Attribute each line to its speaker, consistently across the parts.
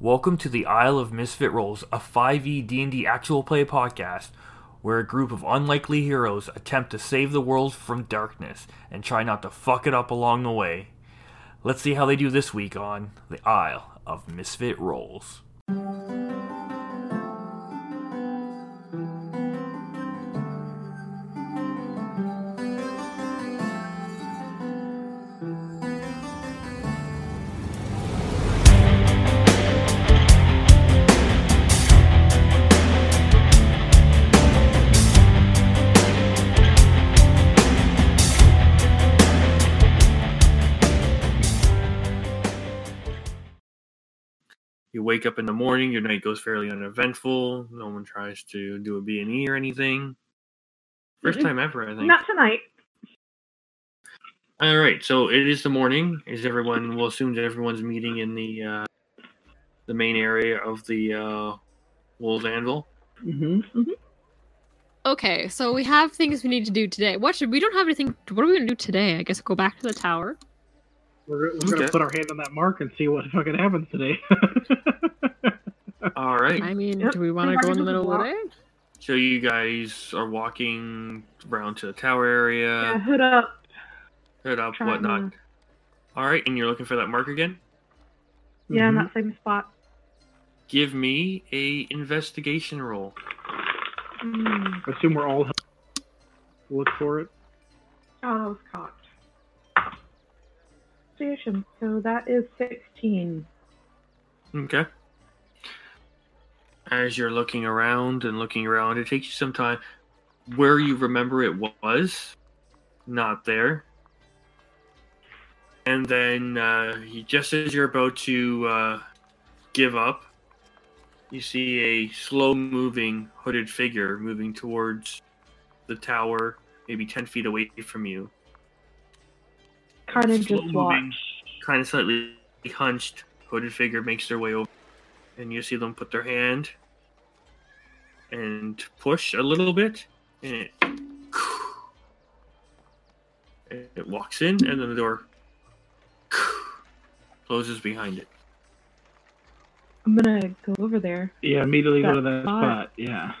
Speaker 1: Welcome to the Isle of Misfit Rolls, a E 5e D&D actual play podcast where a group of unlikely heroes attempt to save the world from darkness and try not to fuck it up along the way. Let's see how they do this week on the Isle of Misfit Rolls. You wake up in the morning, your night goes fairly uneventful, no one tries to do a B&E or anything. First
Speaker 2: Mm-mm.
Speaker 1: time ever, I think.
Speaker 2: Not tonight.
Speaker 1: All right, so it is the morning. Is everyone? We'll assume that everyone's meeting in the uh, the main area of the uh, Wolves Anvil.
Speaker 2: Mm-hmm.
Speaker 3: Okay, so we have things we need to do today. What should we don't have anything? What are we gonna do today? I guess go back to the tower.
Speaker 2: We're, we're gonna
Speaker 1: Okay.
Speaker 2: put our hand on that mark and see what fucking happens today.
Speaker 1: All right,
Speaker 3: I mean,
Speaker 2: Yep.
Speaker 3: do we want to go in the middle of the day?
Speaker 1: so you guys are walking around to the tower
Speaker 2: yeah,
Speaker 1: area,
Speaker 2: head up.
Speaker 1: head up,
Speaker 2: trying
Speaker 1: whatnot. All right, and you're looking for that mark again.
Speaker 2: Yeah, in
Speaker 4: Mm-hmm.
Speaker 2: that
Speaker 3: Mhm.
Speaker 2: same spot.
Speaker 1: Give me a investigation roll.
Speaker 2: Mm.
Speaker 4: Assume we're all look for it.
Speaker 2: Oh, that was cocked. Station. So that is 16.
Speaker 1: Okay. As you're looking around and looking around, it takes you some time. Where you remember it was, not there. And then, uh, you, just as you're about to uh, give up, you see a slow moving hooded figure moving towards the tower, maybe 10 feet away from you.
Speaker 2: Carnage
Speaker 1: Slow
Speaker 2: just
Speaker 1: moving.
Speaker 2: watched.
Speaker 1: kind of slightly hunched hooded figure makes their way over and you see them put their hand and push a little bit and it and it walks in and then the door closes behind it
Speaker 2: I'm gonna go over there.
Speaker 4: Yeah, immediately go
Speaker 2: That
Speaker 4: to that
Speaker 2: spot.
Speaker 4: spot. Yeah.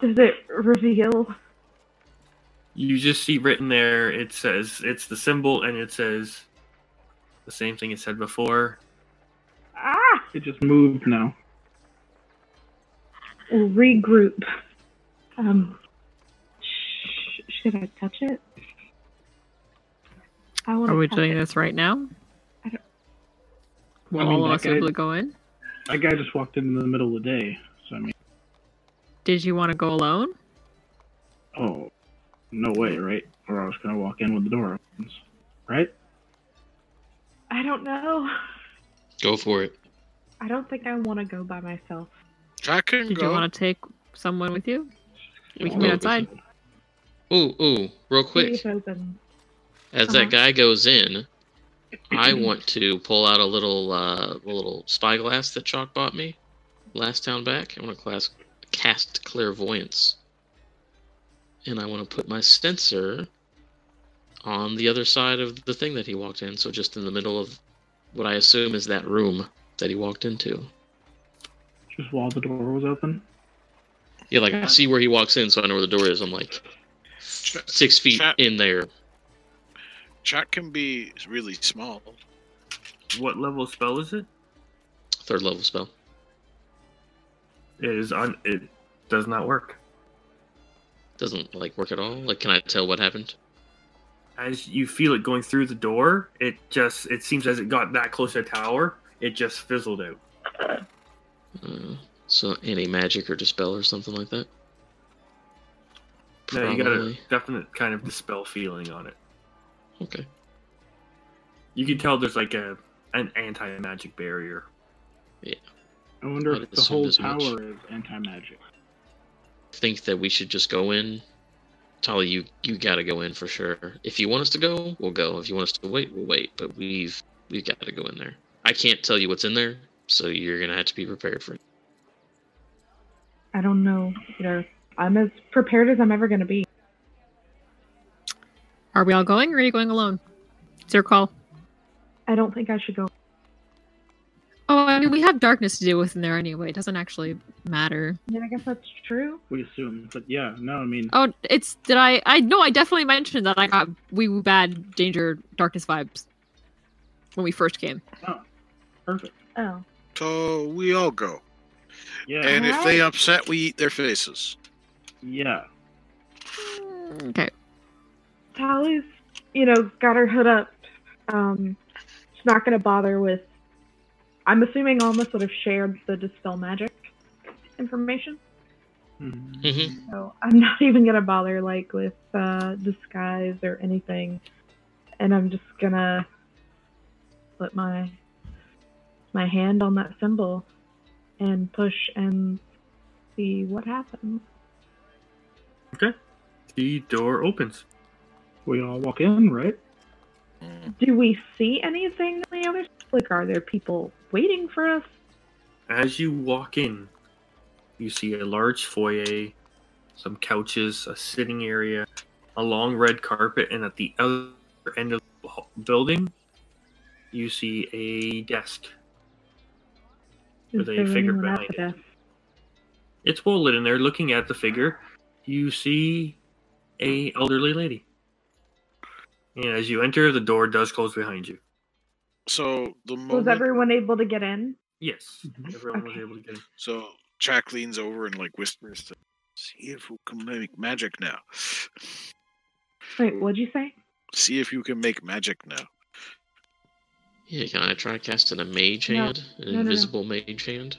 Speaker 2: Does it reveal?
Speaker 1: you just see written there it says it's the symbol and it says the same thing it said before
Speaker 2: Ah!
Speaker 4: It just moved now.
Speaker 2: We'll regroup. Um, sh- should I touch it? I want
Speaker 3: Are we
Speaker 2: to touch
Speaker 3: doing
Speaker 2: it.
Speaker 3: this right now?
Speaker 2: I don't-
Speaker 3: Will
Speaker 4: I mean,
Speaker 3: all of
Speaker 4: that
Speaker 3: us
Speaker 4: guy-
Speaker 3: able to go in?
Speaker 4: That guy just walked in in the middle of the day. So I mean,
Speaker 3: Did you want to go alone?
Speaker 4: oh, no way, right? Or I was gonna walk in with the door open, right?
Speaker 2: I don't know.
Speaker 5: Go for it.
Speaker 2: I don't think I want to go by myself.
Speaker 5: I can
Speaker 3: Did you want to take someone with you? We can
Speaker 5: Well,
Speaker 3: meet outside.
Speaker 5: Ooh, ooh, real quick.
Speaker 2: Leave open.
Speaker 5: As
Speaker 2: Uh-huh.
Speaker 5: that guy goes in, I want to pull out a little, uh, a little spyglass that Chalk bought me last town back. I want to class, cast clairvoyance, and I want to put my sensor on the other side of the thing that he walked in. So just in the middle of what I assume is that room that he walked into.
Speaker 4: Just while the door was open.
Speaker 5: Yeah, like I see where he walks in, so I know where the door is. I'm like
Speaker 6: Ch-
Speaker 5: six feet
Speaker 6: Chat-
Speaker 5: in there.
Speaker 6: Chat can be really small.
Speaker 1: what level spell is it
Speaker 5: Third level spell.
Speaker 1: it is on it does not work
Speaker 5: doesn't like work at all. Like, can I tell what happened?
Speaker 1: as you feel it going through the door, it just it seems as it got that close to the tower, it just fizzled out.
Speaker 5: Uh, so, any magic or dispel or something like that?
Speaker 1: No,
Speaker 5: Probably.
Speaker 1: you got a definite kind of dispel feeling on it.
Speaker 5: Okay.
Speaker 1: You can tell there's like a an anti magic barrier.
Speaker 4: I wonder
Speaker 5: I'd
Speaker 4: if the
Speaker 5: assume
Speaker 4: whole
Speaker 5: as much.
Speaker 4: tower is anti-magic.
Speaker 5: Think that we should just go in. Tali, you you gotta go in for sure. If you want us to go, we'll go. If you want us to wait, we'll wait. But we've we've got to go in there. I can't tell you what's in there, so you're gonna have to be prepared for it.
Speaker 2: I don't know either. I'm as prepared as I'm ever going to be.
Speaker 3: Are we all going, or are you going alone? It's your call.
Speaker 2: I don't think I should go.
Speaker 3: Oh, I I mean, we have darkness to deal with in there anyway. It doesn't actually matter.
Speaker 2: Yeah, I guess that's true.
Speaker 4: We assume, but yeah, no, I mean,
Speaker 3: Oh, it's did I? I no, I definitely mentioned that I got wee woo bad danger darkness vibes when we first came.
Speaker 4: perfect.
Speaker 2: Oh.
Speaker 6: So we all go.
Speaker 4: Yeah,
Speaker 6: And if they upset, we eat their faces.
Speaker 4: yeah.
Speaker 3: Okay.
Speaker 2: Tally's, you know, got her hood up. Um, she's not going to bother with. I'm assuming Alma sort of shared the dispel magic information,
Speaker 5: Mhm.
Speaker 4: Mm-hmm.
Speaker 2: so I'm not even going to bother like with uh, disguise or anything, and I'm just gonna put my my hand on that symbol and push and see what happens.
Speaker 1: The door opens.
Speaker 4: We all walk in, right?
Speaker 2: Do we see anything on the other side? Like, are there people waiting for us?
Speaker 1: As you walk in, you see a large foyer, some couches, a sitting area, a long red carpet, and at the other end of the hall- building, you see a desk. Or
Speaker 2: Is
Speaker 1: they
Speaker 2: there
Speaker 1: figure
Speaker 2: anyone at
Speaker 1: behind
Speaker 2: the
Speaker 1: it.
Speaker 2: desk?
Speaker 1: It's well lit in there. Looking at the figure, you see a elderly lady. And as you enter, the door does close behind you.
Speaker 6: So the moment.
Speaker 2: Was everyone able to get in?
Speaker 1: Yes, everyone
Speaker 2: Okay.
Speaker 1: was able to get in.
Speaker 6: So Jack leans over and like whispers to see if we can make magic now.
Speaker 2: Wait, what'd you say?
Speaker 6: See if you can make magic now.
Speaker 5: Yeah, can I try casting a mage
Speaker 2: No.
Speaker 5: hand?
Speaker 2: No,
Speaker 5: An
Speaker 2: no, no.
Speaker 5: invisible mage hand?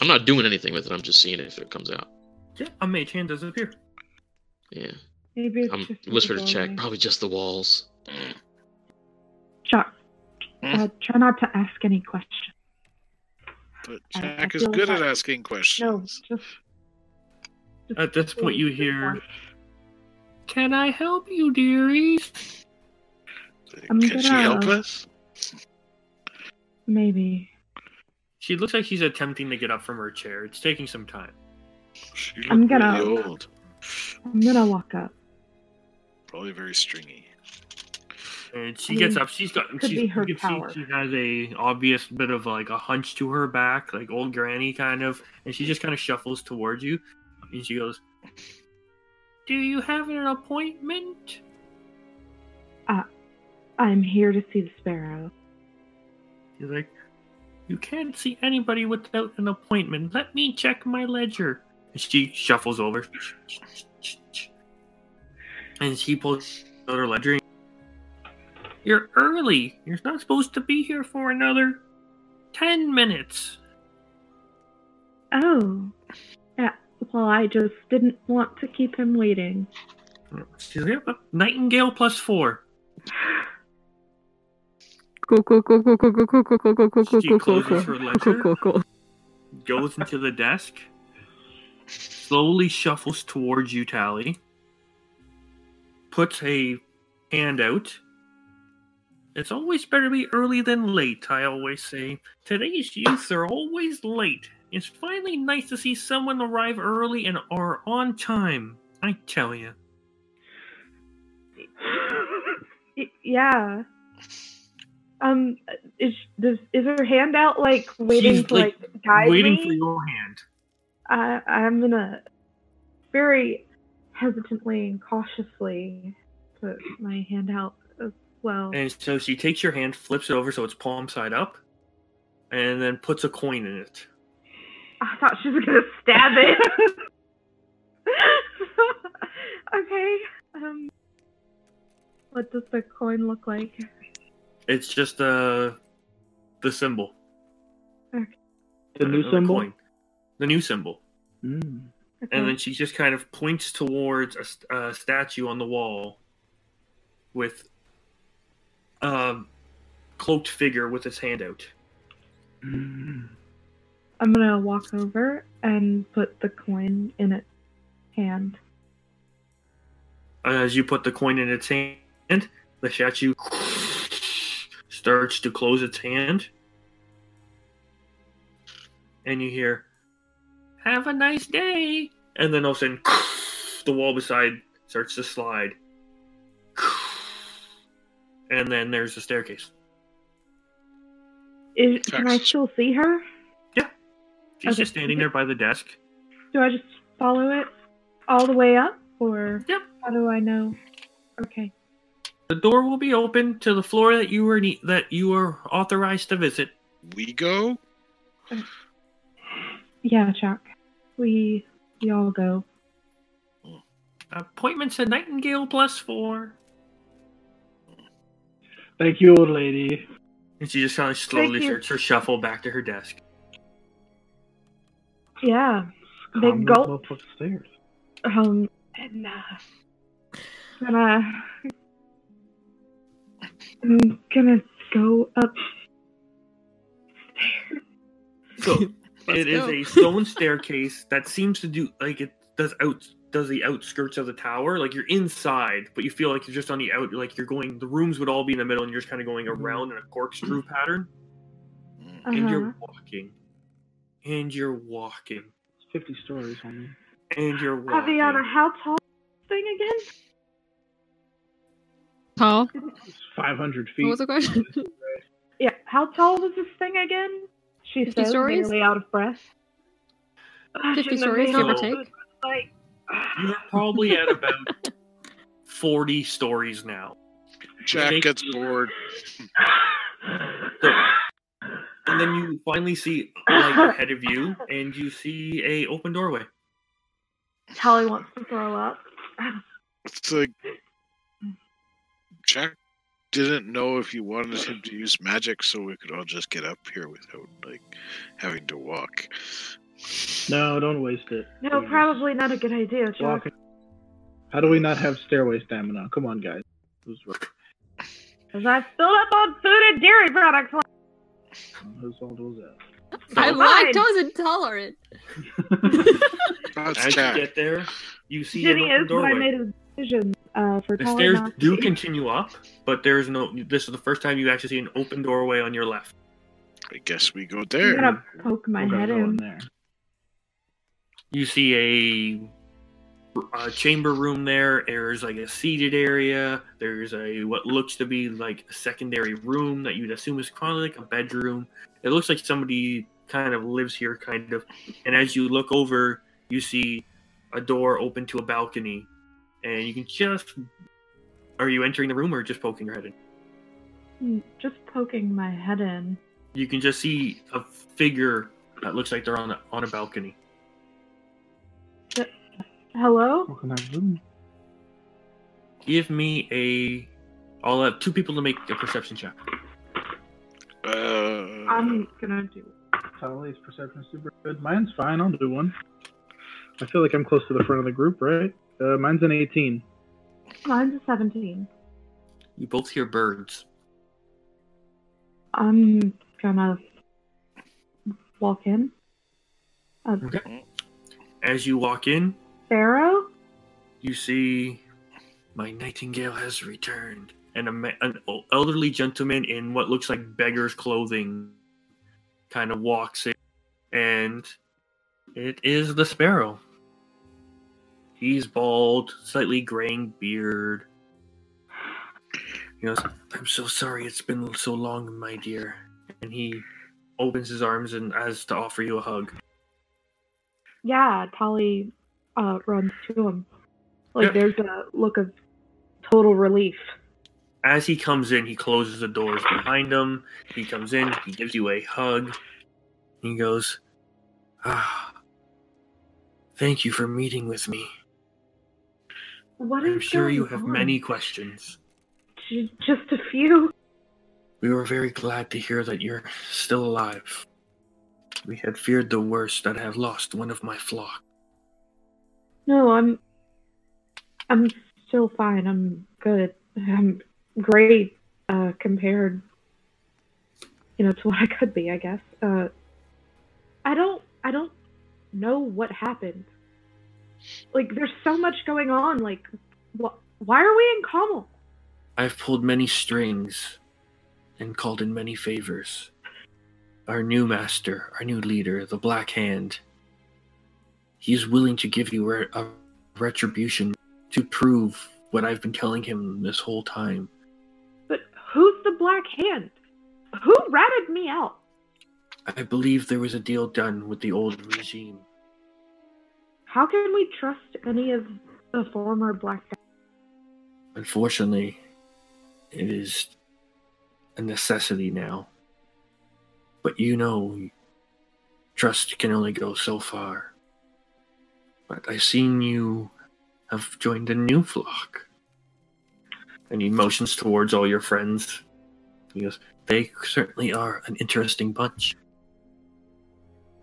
Speaker 5: I'm not doing anything with it. I'm just seeing if it comes out.
Speaker 1: Yeah, a mage hand does appear.
Speaker 5: Yeah.
Speaker 2: Maybe it's
Speaker 5: I'm
Speaker 2: just the
Speaker 5: whisper Um, to check.
Speaker 2: doorway.
Speaker 5: Probably just the walls.
Speaker 2: Chuck, uh, try not to ask any questions.
Speaker 6: But
Speaker 2: I- I
Speaker 6: Jack is
Speaker 2: feel
Speaker 6: good at
Speaker 2: that-
Speaker 6: asking
Speaker 2: No,
Speaker 6: questions.
Speaker 2: just. just
Speaker 1: At this point, you
Speaker 2: please,
Speaker 1: hear, "Can I help you, dearies?"
Speaker 2: I'm
Speaker 6: Can she
Speaker 2: gonna-
Speaker 6: help us?
Speaker 2: Maybe.
Speaker 1: She looks like she's attempting to get up from her chair. It's taking some time.
Speaker 6: She
Speaker 2: I'm
Speaker 6: looked
Speaker 2: gonna-
Speaker 6: really old.
Speaker 2: I'm gonna walk up.
Speaker 6: Probably very stringy.
Speaker 1: And she
Speaker 2: I
Speaker 1: gets
Speaker 2: mean,
Speaker 1: up. She's got.
Speaker 2: could
Speaker 1: She's,
Speaker 2: be her
Speaker 1: you can
Speaker 2: power.
Speaker 1: see she has a obvious bit of like a hunch to her back, like old granny kind of, and she just kind of shuffles towards you, and she goes, "Do you have an appointment?"
Speaker 2: I'm here to see the sparrow.
Speaker 1: She's like, "You can't see anybody without an appointment. Let me check my ledger." And she shuffles over, and she pulls out her ledger. and- You're early. You're not supposed to be here for another ten minutes.
Speaker 2: Oh. Yeah. Well, I just didn't want to keep him waiting.
Speaker 1: She's like, "Yep, Nightingale plus four.
Speaker 3: Cool, cool, cool, cool, cool, cool, cool, cool, cool, cool, cool, cool,
Speaker 1: She
Speaker 3: cool, cool,
Speaker 1: closes her
Speaker 3: cool,
Speaker 1: ledger.
Speaker 3: cool, cool, cool.
Speaker 1: Goes into the desk. Slowly shuffles towards you, Tally. Puts a hand out. It's always better to be early than late, I always say. Today's youth are always late. It's finally nice to see someone arrive early and are on time. I tell you.
Speaker 2: Y- yeah. Um, is does, is her hand out like waiting
Speaker 1: She's,
Speaker 2: to
Speaker 1: like,
Speaker 2: like, guide
Speaker 1: Waiting
Speaker 2: me?
Speaker 1: for your hand.
Speaker 2: I, I'm gonna very hesitantly and cautiously put my hand out as well.
Speaker 1: And so she takes your hand, flips it over so it's palm side up, and then puts a coin in it.
Speaker 2: I thought she was gonna stab it. okay. Um, what does the coin look like?
Speaker 1: It's just uh the symbol.
Speaker 4: The
Speaker 1: uh,
Speaker 4: new symbol.
Speaker 1: coin. The new symbol.
Speaker 4: Mm.
Speaker 2: Okay.
Speaker 1: And then she just kind of points towards a, st- a statue on the wall with a cloaked figure with his hand out.
Speaker 4: Mm.
Speaker 2: I'm gonna walk over and put the coin in its hand.
Speaker 1: As you put the coin in its hand, the statue starts to close its hand. And you hear, Have a nice day! And then all of a sudden, the wall beside starts to slide. And then there's the staircase.
Speaker 2: Is, can I
Speaker 6: Text.
Speaker 2: still see her?
Speaker 1: She's
Speaker 2: Okay.
Speaker 1: just standing there by the desk.
Speaker 2: Do I just follow it all the way up, or
Speaker 1: Yep.
Speaker 2: how do I know? Okay.
Speaker 1: The door will be open to the floor that you were ne- that you were authorized to visit.
Speaker 6: We go?
Speaker 2: Yeah, Chuck. We we all go.
Speaker 1: Appointments at Nightingale plus four.
Speaker 4: Thank you, old lady.
Speaker 1: And she just kind of slowly
Speaker 2: Thank you.
Speaker 1: starts her shuffle back to her desk.
Speaker 2: Yeah. They
Speaker 4: Calm
Speaker 2: gulp.
Speaker 4: yourself upstairs.
Speaker 2: Um. And uh, gonna I'm gonna go up. uh,
Speaker 1: So
Speaker 3: Let's
Speaker 1: it is
Speaker 3: go.
Speaker 1: a stone staircase that seems to do like it does out does the outskirts of the tower. Like you're inside, but you feel like you're just on the out. Like you're going. The rooms would all be in the middle, and you're just kind of going around in a corkscrew pattern.
Speaker 6: Mm.
Speaker 1: And
Speaker 2: Mm-hmm. Uh-huh.
Speaker 1: you're walking, and you're walking,
Speaker 4: It's Fifty stories, homie.
Speaker 1: and you're walking.
Speaker 2: Aviana, how tall is this thing again?
Speaker 3: Tall?
Speaker 4: It's Five hundred feet.
Speaker 3: What was the question?
Speaker 2: Yeah, how tall was this thing again? She
Speaker 3: 50
Speaker 2: says,
Speaker 3: stories?
Speaker 2: nearly out of breath. Ah,
Speaker 3: 50
Speaker 2: shouldn't have
Speaker 3: stories,
Speaker 2: been
Speaker 1: give or
Speaker 2: out of
Speaker 3: take?
Speaker 2: it, Like,
Speaker 1: You're probably at about forty stories now.
Speaker 6: Jack
Speaker 1: Thank
Speaker 6: gets
Speaker 1: you.
Speaker 6: bored.
Speaker 1: So, and then you finally see light ahead of you, and you see a open doorway.
Speaker 2: Holly wants to throw up.
Speaker 6: It's like Jack didn't know if you wanted him to use magic so we could all just get up here without like having to walk.
Speaker 4: No, don't waste it.
Speaker 2: No,
Speaker 4: Please.
Speaker 2: probably not a good idea, Chuck.
Speaker 4: Walking. How do we not have stairway stamina? Come on, guys. Who's right?
Speaker 2: Because I filled up on food and dairy products.
Speaker 4: Who's old was that?
Speaker 3: I'm
Speaker 1: So,
Speaker 2: Fine.
Speaker 3: lactose intolerant.
Speaker 6: That's
Speaker 1: as you
Speaker 6: Jack.
Speaker 1: get there, you see an
Speaker 2: Jenny
Speaker 1: open
Speaker 2: is, but I
Speaker 1: doorway.
Speaker 2: made a decision uh, for
Speaker 1: The
Speaker 2: Tali
Speaker 1: stairs
Speaker 2: not to
Speaker 1: do
Speaker 2: eat.
Speaker 1: continue up, but there is no. This is the first time you actually see an open doorway on your left.
Speaker 6: I guess we go
Speaker 2: I'm
Speaker 6: there.
Speaker 2: gonna poke my
Speaker 4: We're gonna
Speaker 2: head
Speaker 4: go in
Speaker 2: in.
Speaker 4: there.
Speaker 1: You see a, a chamber room there. There's like a seated area. There's a what looks to be like a secondary room that you'd assume is kind of like a bedroom. It looks like somebody kind of lives here, kind of. And as you look over, you see a door open to a balcony, and you can just. Are you entering the room or just poking your head in?
Speaker 2: Hmm, Just poking my head in.
Speaker 1: you can just see a figure that looks like they're on a, on a balcony.
Speaker 2: Hello?
Speaker 4: Walk in that room.
Speaker 1: Give me a. I'll have two people to make a perception check.
Speaker 6: Uh,
Speaker 2: I'm gonna do.
Speaker 4: Tali's perception is super good. Mine's fine. I'll do one. I feel like I'm close to the front of the group, right? Uh, mine's an 18.
Speaker 2: Mine's a 17.
Speaker 1: You both hear birds.
Speaker 2: I'm gonna walk in. A
Speaker 1: Okay. As you walk in,
Speaker 2: sparrow?
Speaker 1: you see my nightingale has returned, and a ma- an o- elderly gentleman in what looks like beggar's clothing kind of walks in, and it is the sparrow. He's bald, slightly graying beard. He goes, I'm so sorry it's been so long, my dear. And he opens his arms and as to offer you a hug.
Speaker 2: Yeah, Tali uh, runs to him. Like
Speaker 1: Yeah.
Speaker 2: there's a look of total relief.
Speaker 1: as he comes in, he closes the doors behind him. He comes in, he gives you a hug. He goes, ah, Thank you for meeting with me.
Speaker 2: What
Speaker 1: I'm
Speaker 2: is
Speaker 1: sure you
Speaker 2: going
Speaker 1: have
Speaker 2: on?
Speaker 1: many questions.
Speaker 2: J- Just a few.
Speaker 1: We were very glad to hear that you're still alive. We had feared the worst that I have lost one of my flock.
Speaker 2: No, I'm. I'm still fine. I'm good. I'm great uh, compared, you know, to what I could be. I guess. Uh, I don't. I don't know what happened. Like, there's so much going on. Like, wh- why are we in Kamal?
Speaker 1: I've pulled many strings and called in many favors. Our new master, our new leader, the Black Hand, he is willing to give you re- a retribution to prove what I've been telling him this whole time.
Speaker 2: But who's the Black Hand? Who ratted me out?
Speaker 1: I believe there was a deal done with the old regime.
Speaker 2: How can we trust any of the former black guys?
Speaker 1: Unfortunately, it is a necessity now. But you know, trust can only go so far. But I've seen you have joined a new flock. And he motions towards all your friends. He goes, They certainly are an interesting bunch.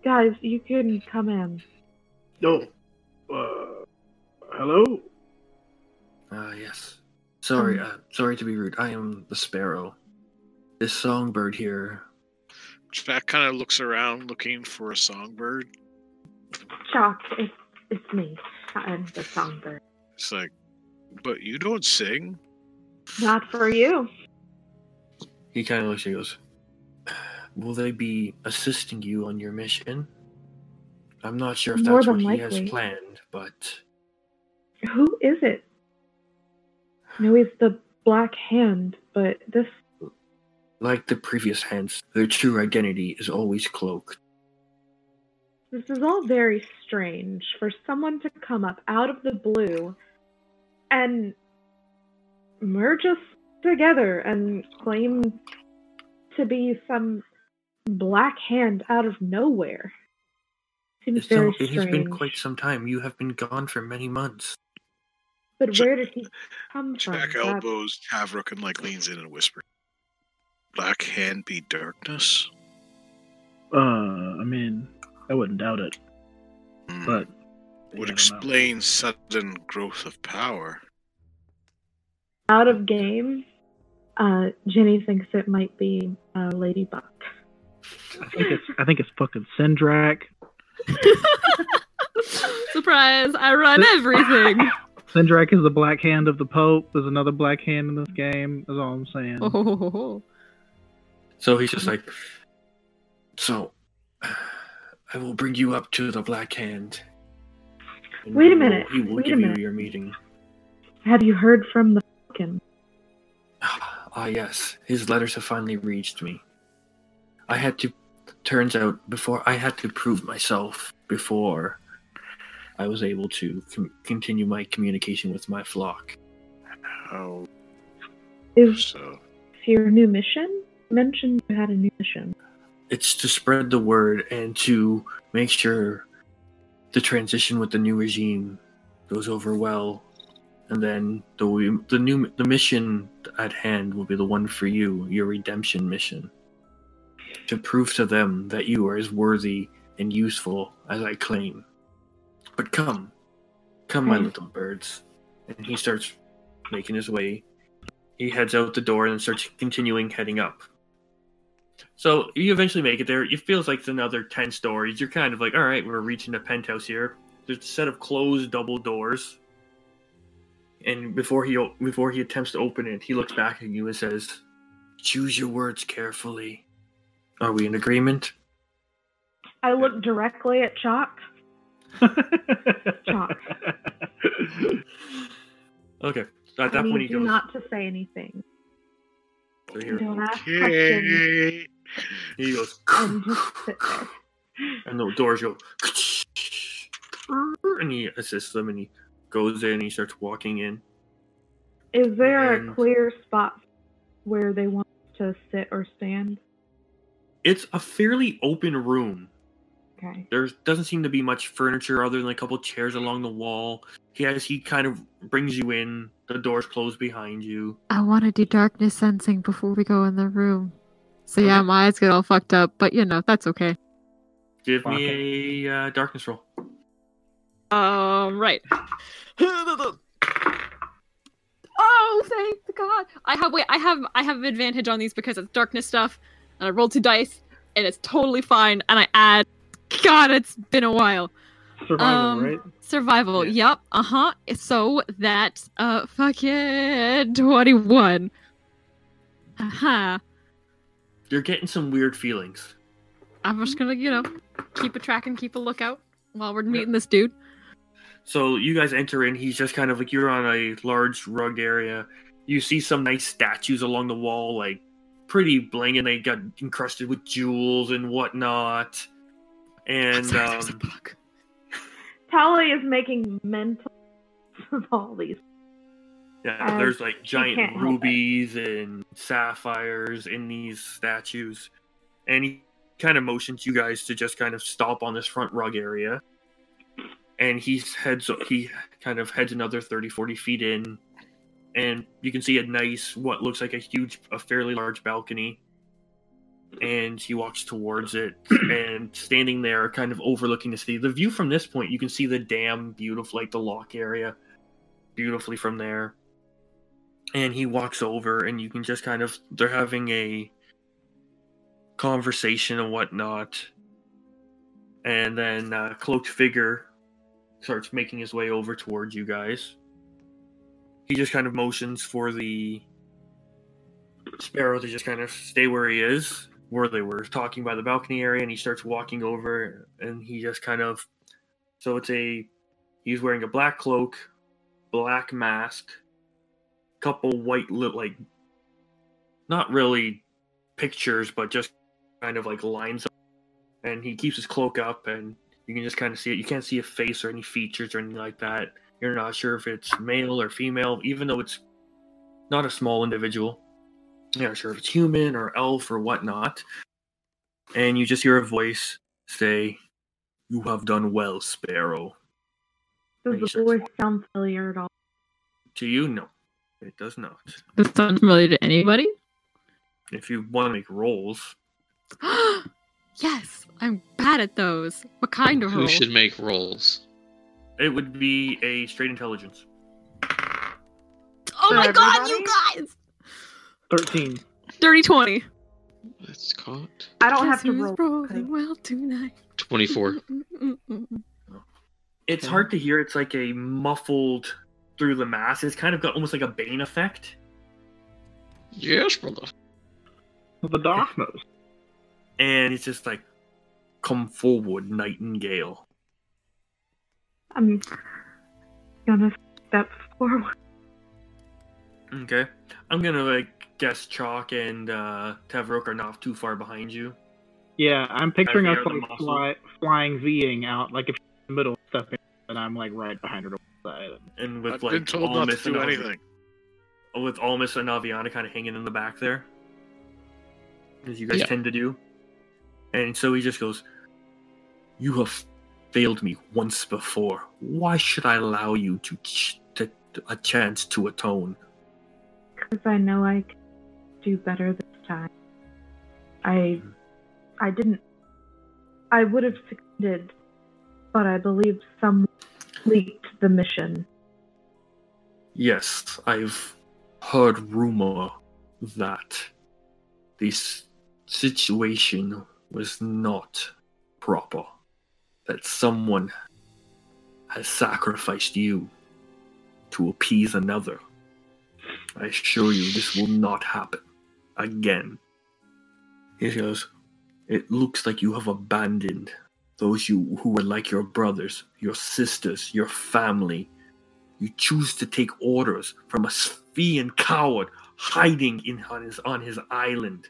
Speaker 2: Guys, you can come in.
Speaker 4: No. Uh, hello?
Speaker 1: Ah, yes. Sorry, uh, sorry to be rude. I am the sparrow. This songbird here.
Speaker 6: Jack kind of looks around looking for a songbird.
Speaker 2: Shock, it's, it's me. I'm the songbird.
Speaker 6: It's like, but you don't sing.
Speaker 2: Not for you.
Speaker 1: He kind of looks at you and goes, Will they be assisting you on your mission? I'm not sure if
Speaker 2: More
Speaker 1: that's what
Speaker 2: than
Speaker 1: he has
Speaker 2: likely.
Speaker 1: planned, but
Speaker 2: Who is it? No, he's the Black Hand, but this
Speaker 1: like the previous hands, their true identity is always cloaked.
Speaker 2: This is all very strange for someone to come up out of the blue and merge us together and claim to be some black hand out of nowhere. Seems
Speaker 1: It's
Speaker 2: very
Speaker 1: some- it has
Speaker 2: strange.
Speaker 1: been quite some time. You have been gone for many months.
Speaker 2: But where did he come from?
Speaker 6: Jack
Speaker 2: That-
Speaker 6: elbows Tavrook and like leans in and whispers, "Black hand be darkness."
Speaker 4: Uh, I mean, I wouldn't doubt it,
Speaker 6: Hmm.
Speaker 4: but.
Speaker 6: would
Speaker 4: Yeah, I don't know.
Speaker 6: explain sudden growth of power.
Speaker 2: Out of game, uh, Jenny thinks it might be uh, Lady Buck.
Speaker 4: I think it's, I think it's fucking Sindrak.
Speaker 3: Surprise! I run everything.
Speaker 4: Sindrak is the black hand of the Pope. There's another black hand in this game. That's all I'm saying.
Speaker 3: Oh, ho, ho, ho, ho.
Speaker 1: So he's
Speaker 2: Mm.
Speaker 1: just like, So, I will bring you up to the Black Hand. and
Speaker 2: Wait a
Speaker 1: he will-
Speaker 2: minute,
Speaker 1: He will
Speaker 2: wait a
Speaker 1: give you
Speaker 2: minute.
Speaker 1: your meeting.
Speaker 2: Have you heard from the Falcon?
Speaker 1: Ah, yes, his letters have finally reached me. I had to, turns out, before I had to prove myself before I was able to com- continue my communication with my flock.
Speaker 6: How
Speaker 2: Is
Speaker 6: so?
Speaker 2: your new mission? You mentioned you had a new mission.
Speaker 1: It's to spread the word and to make sure the transition with the new regime goes over well, and then the the new the mission at hand will be the one for you, your redemption mission, to prove to them that you are as worthy and useful as I claim. But come, come, my
Speaker 2: Hmm.
Speaker 1: little birds, and he starts making his way. He heads out the door and starts continuing heading up. So you eventually make it there. It feels like it's another ten stories. You're kind of like, all right, we're reaching the penthouse here there's a set of closed double doors. And before he o- before he attempts to open it, he looks back at you and says, "Choose your words carefully. Are we in agreement?"
Speaker 2: I look directly at Chalk. Chalk.
Speaker 1: Okay. So at
Speaker 2: I
Speaker 1: that
Speaker 2: need
Speaker 1: point, he
Speaker 2: you
Speaker 1: goes.
Speaker 2: not to say anything.
Speaker 1: so here-
Speaker 2: Don't ask questions.
Speaker 6: Okay.
Speaker 1: he goes,
Speaker 2: And just sit there.
Speaker 1: and the doors go, and he assists them, and he goes in, and he starts walking in.
Speaker 2: Is there a
Speaker 1: And-
Speaker 2: clear spot where they want to sit or stand?
Speaker 1: It's a fairly open room.
Speaker 2: Okay.
Speaker 1: there doesn't seem to be much furniture other than a couple chairs along the wall. He has he kind of brings you in. The doors close behind you.
Speaker 3: I want to do darkness sensing before we go in the room. So yeah, my eyes get all fucked up, but you know that's okay.
Speaker 1: Give
Speaker 4: Fuck
Speaker 1: me a uh, darkness roll.
Speaker 3: Um, right. oh, thank God! I have wait. I have I have advantage on these because it's darkness stuff, and I rolled two dice, and it's totally fine. And I add, God, it's been a while.
Speaker 4: Survival,
Speaker 3: Um,
Speaker 4: right?
Speaker 3: Survival. Yep. Uh huh. So that's uh fucking twenty one. Uh huh.
Speaker 1: You're getting some weird feelings.
Speaker 3: I'm just gonna you know keep a track and keep a lookout while we're meeting this dude.
Speaker 1: So you guys enter in. He's just kind of like you're on a large rug area. You see some nice statues along the wall, like pretty bling, and they got encrusted with jewels and whatnot. And
Speaker 3: Sorry, there was a
Speaker 1: um,
Speaker 3: bug.
Speaker 2: Tali is making mental of all these.
Speaker 1: yeah,
Speaker 2: Um,
Speaker 1: there's like
Speaker 2: can't
Speaker 1: giant
Speaker 2: help it.
Speaker 1: rubies and sapphires in these statues, and he kind of motions you guys to just kind of stop on this front rug area. And he heads he kind of heads another 30, 40 feet in, and you can see a nice what looks like a huge, a fairly large balcony. and he walks towards it and standing there kind of overlooking the city the view from this point you can see the dam beautiful like the lock area beautifully from there and he walks over and you can just kind of they're having a conversation and whatnot and then uh, cloaked figure starts making his way over towards you guys he just kind of motions for the Sparrow to just kind of stay where he is, where they were talking by the balcony area, and he starts walking over, and he just kind of. So it's a. He's wearing a black cloak, black mask, couple white lit like. Not really pictures, but just kind of like lines, and he keeps his cloak up, and you can just kind of see it. You can't see a face or any features or anything like that. You're not sure if it's male or female, even though it's not a small individual you're not sure if it's human or elf or whatnot. And you just hear a voice say, You have done well, Sparrow.
Speaker 2: Does
Speaker 1: Makes
Speaker 2: the
Speaker 1: sense.
Speaker 2: voice sound familiar at all?
Speaker 1: To you, no. It does not.
Speaker 3: This sounds familiar to anybody?
Speaker 1: If you want to make rolls,
Speaker 3: yes, I'm bad at those. What kind of
Speaker 5: Who
Speaker 3: roll?
Speaker 5: should make rolls?
Speaker 1: it would be a straight intelligence.
Speaker 3: Oh my
Speaker 2: For
Speaker 3: god, you
Speaker 2: everybody?
Speaker 3: guys!
Speaker 4: Thirteen.
Speaker 3: Dirty 20.
Speaker 5: That's caught.
Speaker 2: I don't
Speaker 3: Guess
Speaker 2: have to
Speaker 3: who's
Speaker 2: roll.
Speaker 3: rolling well tonight? Mm,
Speaker 5: 24.
Speaker 1: It's
Speaker 4: Okay.
Speaker 1: hard to hear. It's like a muffled through the mass. It's kind of got almost like a Bane effect.
Speaker 5: yes, brother.
Speaker 4: The dark knows.
Speaker 1: And it's just like, Come forward, Nightingale.
Speaker 2: I'm gonna step forward.
Speaker 1: Okay. I'm going to like guess Chalk and uh, Tevrok are not too far behind you.
Speaker 4: Yeah, I'm picturing us
Speaker 1: Have the other
Speaker 4: like
Speaker 1: muscle.
Speaker 4: fly, flying Ving out, like if she's in the middle of stuff, and I'm like right behind her to the side.
Speaker 1: And with
Speaker 6: I've
Speaker 1: like
Speaker 6: been told not to
Speaker 1: Almas and
Speaker 6: do
Speaker 1: Alvi-
Speaker 6: anything.
Speaker 1: with Almas and Aviana kind of hanging in the back there, as you guys
Speaker 5: Yeah.
Speaker 1: tend to do. And so he just goes, "You have failed me once before. Why should I allow you to, ch- to a chance to atone?"
Speaker 2: Because I know I can do better this time. I I didn't I would have succeeded, but I believe someone leaked the mission.
Speaker 1: Yes, I've heard rumor that this situation was not proper. That someone has sacrificed you to appease another. I assure you, this will not happen again. He goes, It looks like you have abandoned those you who were like your brothers, your sisters, your family, you choose to take orders from a Sphian coward hiding in on his on his island.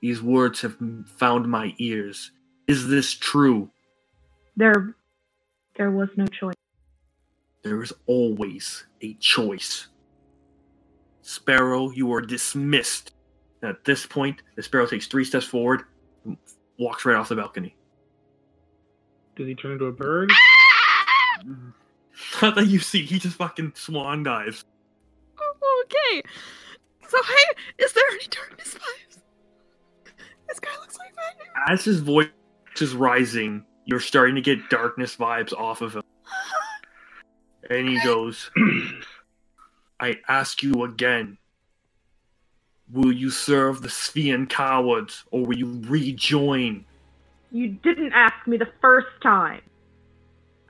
Speaker 1: These words have m- found my ears. Is this true?
Speaker 2: There there was no choice.
Speaker 1: There is always a choice. Sparrow, you are dismissed. And at this point, the sparrow takes three steps forward, and walks right off the balcony.
Speaker 4: Does he turn into a bird?
Speaker 3: Ah!
Speaker 1: Not that you see, he just fucking swan dives.
Speaker 3: okay. So, hey, is there any darkness vibes? This guy looks like that.
Speaker 1: As his voice is rising, you're starting to get darkness vibes off of him. And he goes, I ask you again, will you serve the Sphian cowards or will you rejoin?
Speaker 2: You didn't ask me the first time.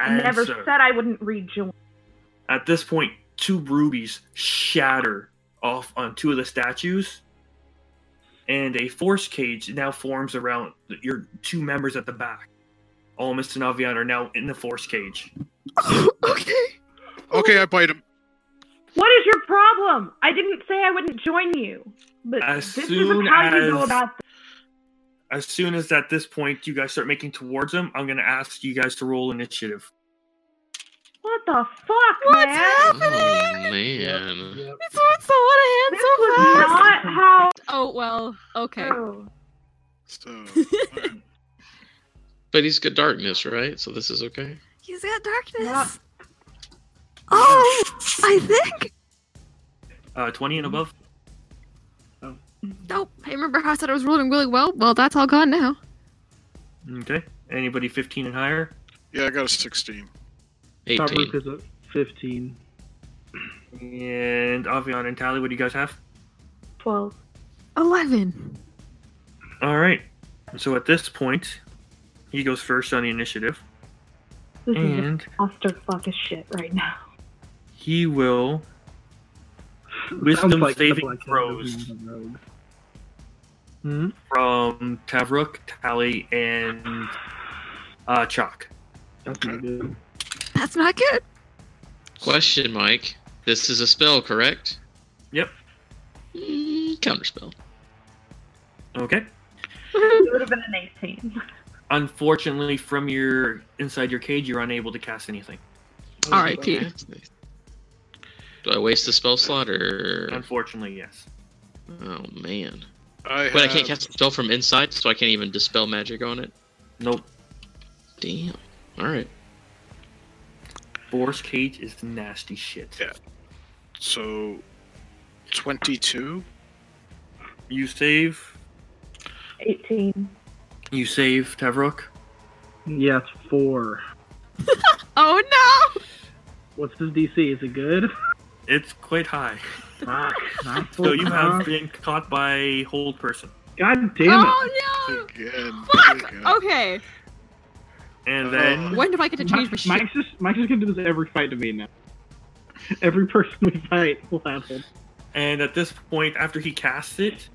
Speaker 2: I never
Speaker 1: Answer.
Speaker 2: said I wouldn't rejoin.
Speaker 1: At this point, two rubies shatter off on two of the statues, and a force cage now forms around your two members at the back. Almas and Avian are now in the force cage.
Speaker 3: okay.
Speaker 6: Okay, I bite him.
Speaker 2: What is your problem? I didn't say I wouldn't join you. But
Speaker 1: As
Speaker 2: this
Speaker 1: soon
Speaker 2: isn't how you
Speaker 1: as-
Speaker 2: go about
Speaker 1: As soon as at this point you guys start making towards him, I'm gonna ask you guys to roll initiative.
Speaker 2: What the fuck,
Speaker 3: What's
Speaker 2: man?
Speaker 5: Oh
Speaker 3: happening?
Speaker 5: man.
Speaker 4: Yep.
Speaker 3: This one's so out of
Speaker 2: This
Speaker 3: hand so
Speaker 2: was not
Speaker 3: fast.
Speaker 2: how.
Speaker 3: Oh well, okay.
Speaker 2: Oh,
Speaker 6: So, alright.
Speaker 5: But he's got darkness, right? So this is okay.
Speaker 3: He's got darkness.
Speaker 2: Yeah.
Speaker 3: Oh, I think.
Speaker 1: Uh, 20 and above.
Speaker 3: Nope. I remember how I said I was rolling really well. Well, that's all gone now.
Speaker 1: Okay. Anybody 15 and higher?
Speaker 6: yeah, I got a 16.
Speaker 4: Top roof
Speaker 5: 18.
Speaker 4: is a 15.
Speaker 1: And Avion and Tally, what do you guys have?
Speaker 2: 12.
Speaker 3: Eleven.
Speaker 1: All right. So at this point, he goes first on the initiative,
Speaker 2: This is a
Speaker 1: and
Speaker 2: clusterfuck of shit right now.
Speaker 1: he will. Wisdom
Speaker 4: Sounds like
Speaker 1: saving
Speaker 4: stuff like that
Speaker 1: throws.
Speaker 4: doesn't even rogue.
Speaker 1: from Tavruk, Tally, and uh, Chalk.
Speaker 4: That's not good.
Speaker 3: That's not good.
Speaker 5: Question, Mike. This is a spell, correct?
Speaker 1: Yep.
Speaker 5: Mm, counterspell.
Speaker 1: Okay.
Speaker 2: It would have been an 18.
Speaker 1: Unfortunately, from your inside your cage, you're unable to cast anything.
Speaker 3: R.I.P.
Speaker 5: Do I waste the spell slot or?
Speaker 1: Unfortunately, yes.
Speaker 5: Oh man.
Speaker 6: I
Speaker 5: But I
Speaker 6: have-
Speaker 5: can't cast a spell from inside, so I can't even dispel magic on it.
Speaker 1: Nope.
Speaker 5: Damn. All right.
Speaker 1: Boar's cage is nasty shit.
Speaker 6: Yeah. So, 22?
Speaker 1: You save.
Speaker 2: 18.
Speaker 1: You save Tavrok.
Speaker 4: Yeah, it's four.
Speaker 3: Oh no!
Speaker 4: What's his DC? Is it good?
Speaker 1: It's quite high.
Speaker 4: Fuck. Not
Speaker 1: So
Speaker 4: four.
Speaker 1: you have been caught by hold person,
Speaker 4: God damn it.
Speaker 3: Oh
Speaker 6: Again.
Speaker 3: no! Fuck.
Speaker 6: again.
Speaker 3: Okay.
Speaker 1: and then
Speaker 3: When do I get to change my
Speaker 4: Mike-
Speaker 3: shit?
Speaker 4: Mike's just Mike's just gonna do this every fight to me now. Every person we fight will have one.
Speaker 1: And at this point, after he casts it,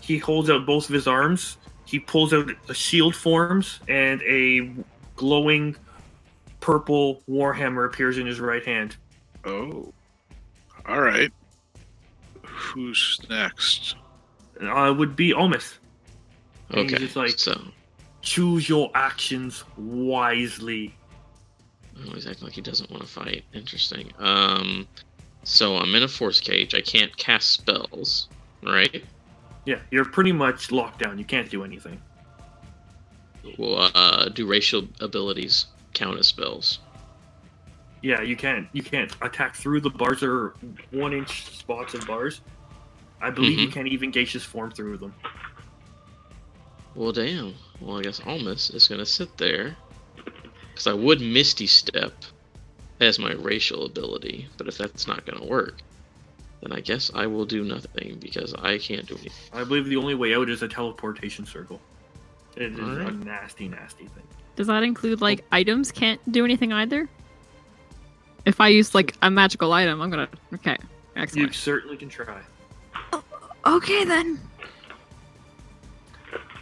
Speaker 1: he holds out both of his arms. He pulls out a shield forms, and a glowing purple warhammer appears in his right hand.
Speaker 6: Oh. Alright. Who's next?
Speaker 1: Uh, would be Omith. And he's
Speaker 5: Okay.
Speaker 1: just like-
Speaker 5: So
Speaker 1: Choose your actions wisely.
Speaker 5: oh, he's acting like he doesn't want to fight. Interesting. Um. So I'm in a force cage. I can't cast spells. Right.
Speaker 1: Yeah, you're pretty much locked down. You can't do anything.
Speaker 5: Well, uh, do racial abilities count as spells?
Speaker 1: Yeah, you can't. You can't attack through the bars. There are one-inch spots of bars. I believe
Speaker 5: Mm-hmm.
Speaker 1: you can't even gaseous form through them.
Speaker 5: Well, damn. Well, I guess Almas is going to sit there. Because I would Misty Step as my racial ability, but if that's not going to work, then I guess I will do nothing because I can't do anything.
Speaker 1: I believe the only way out is a teleportation circle. It is a
Speaker 5: Alright.
Speaker 1: nasty, nasty thing.
Speaker 3: Does that include like items can't do anything either? If I use like a magical item, I'm gonna. Okay.
Speaker 1: You
Speaker 3: Excellent.
Speaker 1: certainly can try.
Speaker 3: Oh, Okay then.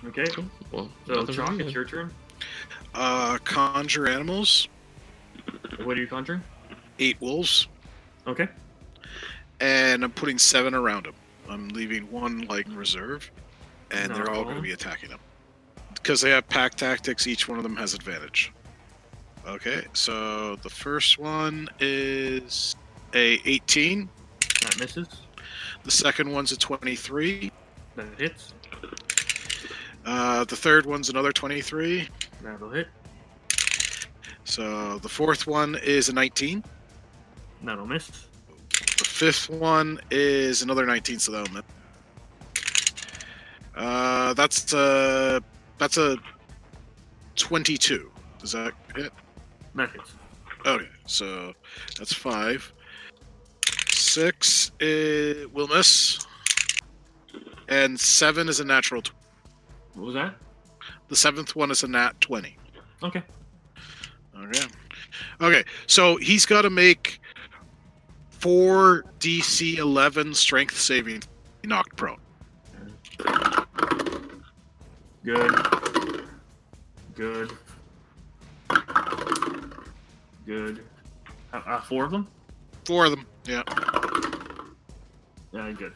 Speaker 1: Okay.
Speaker 5: Cool. Well,
Speaker 1: So,
Speaker 5: nothing wrong
Speaker 1: Chalk, it's
Speaker 5: with it.
Speaker 1: your turn.
Speaker 6: Uh, conjure animals,
Speaker 1: What are you conjuring?
Speaker 6: eight wolves,
Speaker 1: Okay.
Speaker 6: and I'm putting seven around them. I'm leaving one, like, reserve, and they're all going
Speaker 1: No.
Speaker 6: to be attacking them. Because they have pack tactics, each one of them has advantage. Okay, so the first one is a 18.
Speaker 1: That misses.
Speaker 6: The second one's a 23.
Speaker 1: That hits.
Speaker 6: Uh, the third one's another 23.
Speaker 1: That'll hit.
Speaker 6: So the fourth one is a 19.
Speaker 1: That'll miss.
Speaker 6: The fifth one is another 19, so that'll miss. Uh, that's a that's a 22. Does that hit?
Speaker 1: That hits.
Speaker 6: Okay, so that's five. Six is, will miss, and seven is a natural. Tw-
Speaker 1: What was that?
Speaker 6: the seventh one is a nat 20.
Speaker 1: Okay.
Speaker 6: Okay. Okay. So he's got to make four DC 11 strength saving knocked prone.
Speaker 1: Good. Good. Good. Uh, uh, four of them?
Speaker 6: Four of them. Yeah.
Speaker 1: Yeah, good.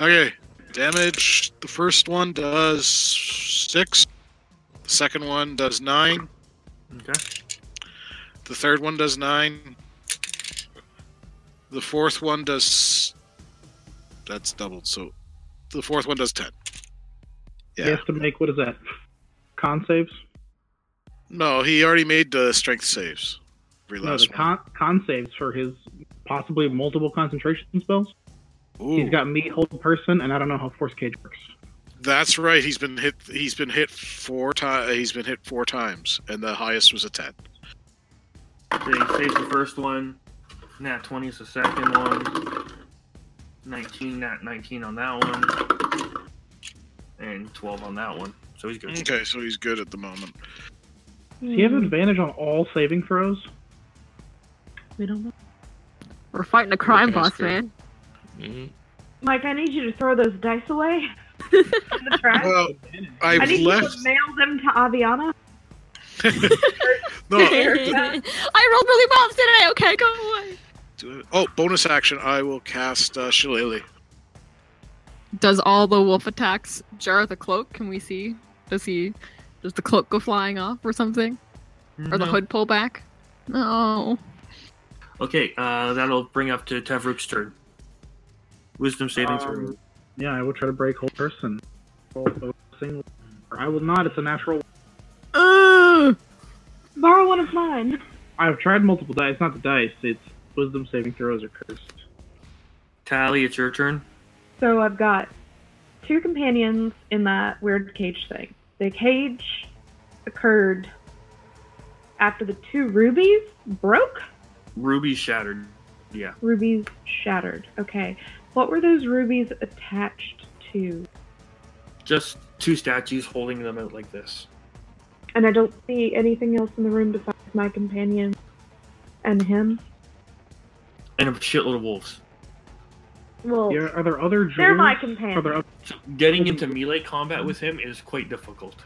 Speaker 6: Okay, damage. The first one does six. The second one does nine.
Speaker 1: Okay.
Speaker 6: The third one does nine. The fourth one does. That's doubled. So, the fourth one does ten.
Speaker 4: He
Speaker 6: Yeah.
Speaker 4: has to make what is that? Con saves?
Speaker 6: No, he already made the strength saves. Every
Speaker 4: No, the
Speaker 6: last one.
Speaker 4: con, con saves for his possibly multiple concentration spells.
Speaker 6: Ooh,
Speaker 4: He's got meat, hold person, and I don't know how force cage works.
Speaker 6: that's right. He's been hit. He's been hit four times. He's been hit four times, and the highest was a ten.
Speaker 1: Okay, save the first one. Nat 20 is the second one. 19, nat 19 on that one. And 12 on that one. So he's good.
Speaker 6: Okay, so he's good at the moment.
Speaker 4: Does he
Speaker 3: Mm.
Speaker 4: have advantage on all saving throws?
Speaker 2: We don't know.
Speaker 3: We're fighting a crime
Speaker 5: Okay, that's
Speaker 3: boss,
Speaker 5: good.
Speaker 3: man.
Speaker 5: Mhm.
Speaker 7: Mike, I need you to throw those dice away. in the trash.
Speaker 6: Well,
Speaker 7: I
Speaker 6: I've
Speaker 7: need
Speaker 6: left.
Speaker 7: you to mail them to Aviana.
Speaker 6: No,
Speaker 3: I rolled really well today. Okay, go away.
Speaker 6: Do it- Oh, bonus action. I will cast uh, Shillelagh.
Speaker 3: Does all the wolf attacks jar the cloak? Can we see? Does he? Does the cloak go flying off or something? Or the
Speaker 1: No.
Speaker 3: hood pull back? No.
Speaker 1: Okay, uh, that'll bring up to Tevruk's turn. Wisdom saving throw.
Speaker 4: Um, yeah, I will try to break hold person. Roll a single- I will not. It's a natural.
Speaker 3: Ugh.
Speaker 7: Borrow one of mine.
Speaker 4: I've tried multiple dice. Not the dice. It's wisdom saving throws are cursed.
Speaker 1: Tally, it's your turn.
Speaker 2: So I've got two companions in that weird cage thing. The cage occurred after the two rubies broke.
Speaker 1: Ruby shattered. Yeah.
Speaker 2: Rubies shattered. Okay. What were those rubies attached to?
Speaker 1: Just two statues holding them out like this.
Speaker 2: And I don't see anything else in the room besides my companion and him.
Speaker 1: And a shitload of wolves.
Speaker 2: Well,
Speaker 4: Yeah, are there other jewels?
Speaker 2: Oh. they're my
Speaker 4: Are there
Speaker 2: companion.
Speaker 4: oth-
Speaker 1: So getting into melee combat with him is quite difficult.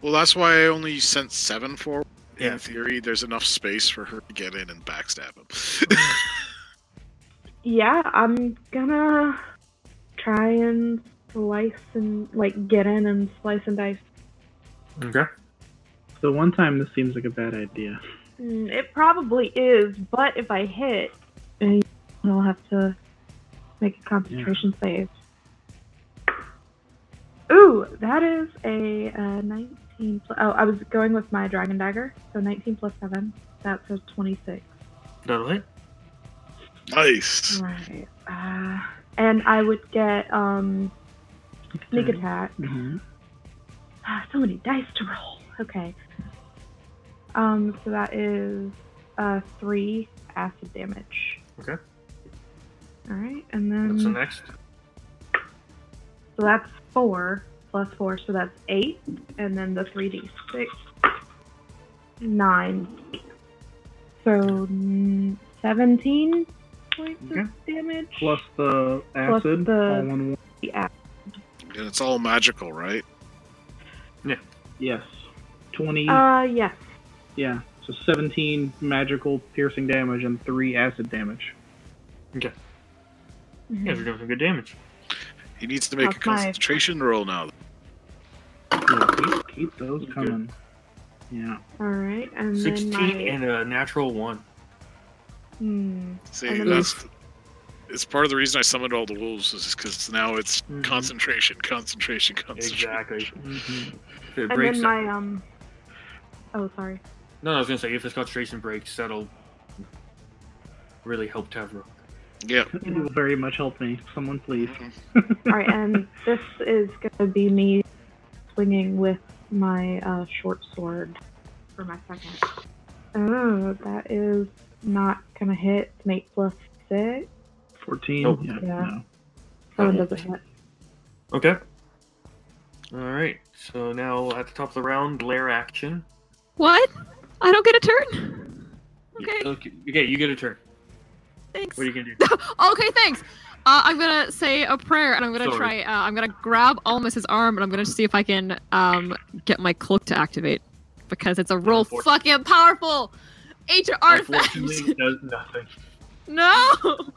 Speaker 6: Well, that's why I only sent seven for.
Speaker 1: Yeah.
Speaker 6: In theory, there's enough space for her to get in and backstab him.
Speaker 2: Yeah, I'm gonna try and slice and like get in and slice and dice.
Speaker 1: Okay.
Speaker 4: So one time this seems like a bad idea.
Speaker 2: Mm, It probably is, but if I hit, eh, I'll have to make a concentration save. Ooh, that is a uh, 19. Pl- oh, I was going with my dragon dagger, so 19 plus 7. That's a 26.
Speaker 1: That'll hit.
Speaker 6: nice.
Speaker 2: Right. Uh, and I would get um, sneak attack.
Speaker 4: Mhm.
Speaker 2: Ah, so many dice to roll. Okay. Um, so that is uh, three acid damage.
Speaker 1: Okay.
Speaker 2: All right, and then
Speaker 1: That's the next.
Speaker 2: so that's four plus four, so that's eight, and then the three d six, nine. So mm, seventeen points
Speaker 1: Okay.
Speaker 2: of damage.
Speaker 4: Plus the
Speaker 2: Plus
Speaker 4: acid.
Speaker 2: the-
Speaker 4: all in one.
Speaker 2: the ac-
Speaker 6: And it's all magical, right?
Speaker 4: Yes. 20.
Speaker 2: Uh, yeah.
Speaker 4: yeah. So 17 magical piercing damage and 3 acid damage.
Speaker 1: Yeah,
Speaker 2: Mm-hmm.
Speaker 1: you're doing some good damage.
Speaker 6: He needs to make a
Speaker 2: That's nice.
Speaker 6: concentration roll now.
Speaker 4: Yeah, keep, keep those
Speaker 1: Good.
Speaker 4: coming. Yeah.
Speaker 2: All right, and
Speaker 1: 16
Speaker 2: then my
Speaker 1: and a natural one.
Speaker 2: hmm,
Speaker 6: See,
Speaker 2: I'm gonna-
Speaker 6: that's. It's part of the reason I summoned all the wolves is because now it's
Speaker 4: Mhm.
Speaker 6: concentration, concentration, concentration.
Speaker 1: Exactly.
Speaker 2: Mm-hmm.
Speaker 1: If it
Speaker 2: and
Speaker 1: breaks,
Speaker 2: then my um. Oh, sorry.
Speaker 1: no, I was gonna say if his concentration breaks, that'll really help Tavro.
Speaker 6: Yeah.
Speaker 4: It will very much help me. Someone please.
Speaker 2: All right, and this is gonna be me swinging with my uh, short sword for my second. Oh, that is not gonna hit. It's an eight plus six,
Speaker 4: 14.
Speaker 1: Nope.
Speaker 4: Yeah.
Speaker 2: Yeah.
Speaker 4: No.
Speaker 2: so it doesn't hit.
Speaker 1: Okay. All right. So now at the top of the round, lair action.
Speaker 3: What? I don't get a turn. Okay,
Speaker 1: Okay, okay, you get a turn.
Speaker 3: thanks.
Speaker 1: What are you gonna do?
Speaker 3: okay, thanks. Uh, I'm gonna say a prayer, and I'm gonna
Speaker 1: Sorry.
Speaker 3: try. Uh, I'm gonna grab Almus's arm, and I'm gonna see if I can um, get my cloak to activate because it's a real
Speaker 1: Unfortunate.
Speaker 3: fucking powerful ancient artifact.
Speaker 1: Unfortunately, it does nothing.
Speaker 3: no.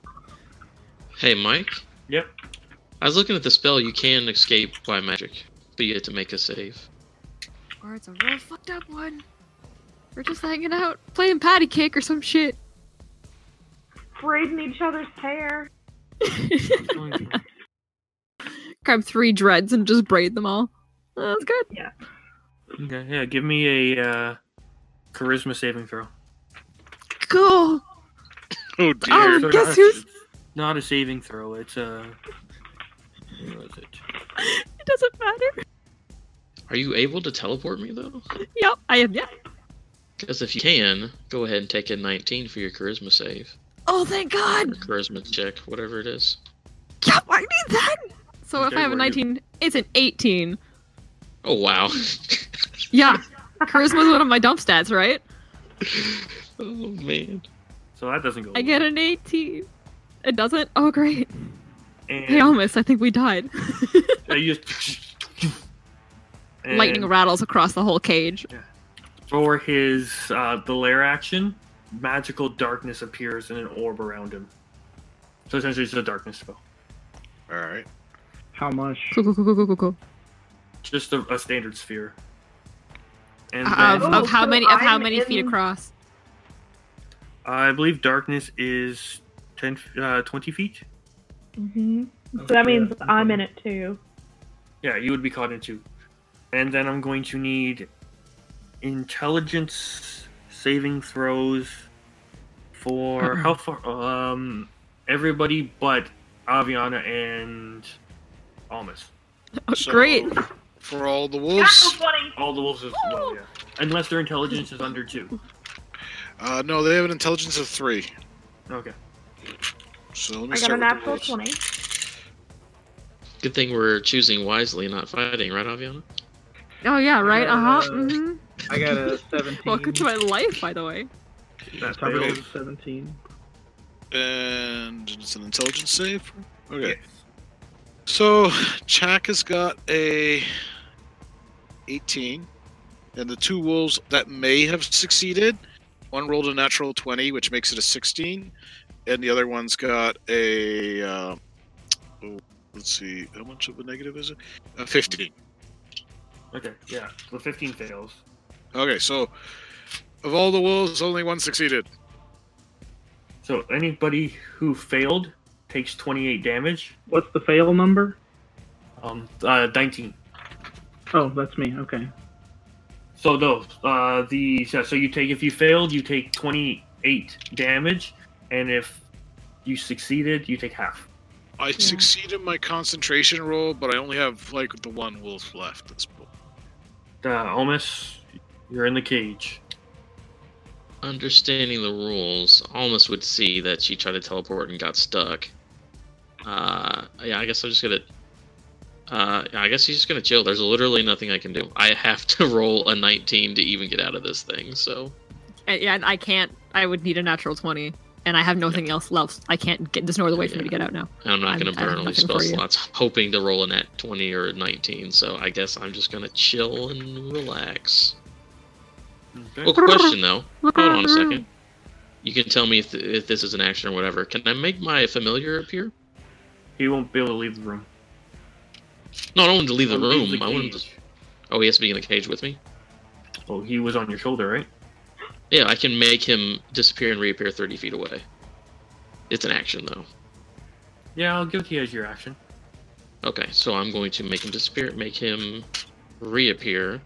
Speaker 5: Hey, Mike.
Speaker 1: Yep.
Speaker 5: I was looking at the spell. You can escape by magic, but you have to make a save.
Speaker 3: Or it's a real fucked up one. We're just hanging out, playing patty cake or some shit.
Speaker 7: Braiding each other's hair.
Speaker 3: Grab three dreads and just braid them all. Oh, that's good.
Speaker 1: Okay, yeah, give me a uh, charisma saving throw.
Speaker 3: Cool.
Speaker 6: Oh dear.
Speaker 3: Oh,
Speaker 1: Sir,
Speaker 3: guess
Speaker 1: not-
Speaker 3: who's?
Speaker 1: Not a saving throw. It's a. What is it?
Speaker 3: It doesn't matter.
Speaker 5: Are you able to teleport me though?
Speaker 3: Yep, I am. Yeah.
Speaker 5: Because if you can, go ahead and take a 19 for your charisma save,
Speaker 3: Oh, thank God.
Speaker 5: or charisma check, whatever it is.
Speaker 3: Yep, I need that. So if
Speaker 1: Okay,
Speaker 3: I have a
Speaker 1: where you-
Speaker 3: 19, it's an 18.
Speaker 5: Oh wow.
Speaker 3: Yeah. Charisma's one of my dump stats, right?
Speaker 5: oh man.
Speaker 1: So that doesn't go.
Speaker 3: I get an 18. It doesn't? Oh, great.
Speaker 1: And
Speaker 3: Hey, Almas, I think we died.
Speaker 1: I just. And
Speaker 3: Lightning rattles across the whole cage.
Speaker 1: For his uh, the lair action, magical darkness appears in an orb around him. So essentially, it's a darkness spell.
Speaker 6: All right.
Speaker 4: How much?
Speaker 3: Cool, cool, cool, cool, cool, cool, cool.
Speaker 1: Just a, a standard sphere. And
Speaker 3: Uh, Of,
Speaker 1: then,
Speaker 3: of how
Speaker 7: so
Speaker 3: many? Of how
Speaker 7: I'm
Speaker 3: many feet
Speaker 7: in-
Speaker 3: across?
Speaker 1: I believe darkness is 10, uh, 20 feet.
Speaker 7: Mm-hmm.
Speaker 4: Oh,
Speaker 7: So that means
Speaker 4: yeah,
Speaker 7: I'm
Speaker 4: okay.
Speaker 7: in it too.
Speaker 1: Yeah, you would be caught in two. And then I'm going to need intelligence saving throws for how far? Um, everybody but Aviana and Almas.
Speaker 3: Oh, great.
Speaker 6: For all the
Speaker 7: That's
Speaker 6: wolves.
Speaker 7: funny.
Speaker 1: All the wolves as well, yeah. Unless their intelligence is under two.
Speaker 6: Uh, no, they have an intelligence of three.
Speaker 1: Okay.
Speaker 6: So let me
Speaker 7: I got
Speaker 6: start
Speaker 7: a
Speaker 6: with the
Speaker 7: natural
Speaker 6: wolves.
Speaker 7: twenty.
Speaker 5: Good thing we're choosing wisely, not fighting, right, Aviana?
Speaker 3: Oh yeah, right. Uh huh.
Speaker 4: Uh,
Speaker 3: hmm
Speaker 4: I got a 17.
Speaker 3: Welcome to my life, by the way.
Speaker 1: That
Speaker 4: I rolled
Speaker 1: fails.
Speaker 4: a 17.
Speaker 6: And it's an intelligence save. Okay. So Chak has got a 18, and the two wolves that may have succeeded, one rolled a natural 20, which makes it a 16, and the other one's got a. Uh, oh, let's see, how much of a negative is it? A 15.
Speaker 1: Okay, yeah. The 15 fails.
Speaker 6: Okay, so of all the wolves, only one succeeded.
Speaker 1: So anybody who failed takes 28 damage.
Speaker 4: What's the fail number?
Speaker 1: Um, uh, 19.
Speaker 4: Oh, that's me. Okay.
Speaker 1: So those, uh, the so, so you take if you failed, you take twenty eight damage, and if you succeeded, you take half.
Speaker 6: I succeed in my concentration roll, but I only have like the one wolf left at this point.
Speaker 1: Uh, Omis, you're in the cage.
Speaker 5: Understanding the rules, Almas would see that she tried to teleport and got stuck. Uh, yeah, I guess I'm just gonna. Uh, yeah, I guess he's just gonna chill. There's literally nothing I can do. I have to roll a 19 to even get out of this thing. So
Speaker 3: And, yeah, and I can't. I would need a natural 20, and I have nothing else left. I can't get. There's no other way for me to get out now.
Speaker 5: And I'm not
Speaker 3: I'm-
Speaker 5: going
Speaker 3: I
Speaker 5: to
Speaker 3: have
Speaker 5: burn all these
Speaker 3: nothing
Speaker 5: spell
Speaker 3: for you.
Speaker 5: slots, hoping to roll a nat 20 or a 19. So I guess I'm just going to chill and relax. Well, question though. Hold on a second. You can tell me if, if this is an action or whatever. Can I make my familiar appear?
Speaker 1: He won't be able to leave the room.
Speaker 5: No, I don't want him to leave the
Speaker 1: Or
Speaker 5: room.
Speaker 1: leave the
Speaker 5: I want him to...
Speaker 1: cage.
Speaker 5: Oh, he has to be in the cage with me?
Speaker 1: Well, Oh, he was on your shoulder, right?
Speaker 5: Yeah, I can make him disappear and reappear 30 feet away. It's an action though.
Speaker 1: Yeah, I'll give it to you as your action.
Speaker 5: Okay, so I'm going to make him disappear, make him reappear,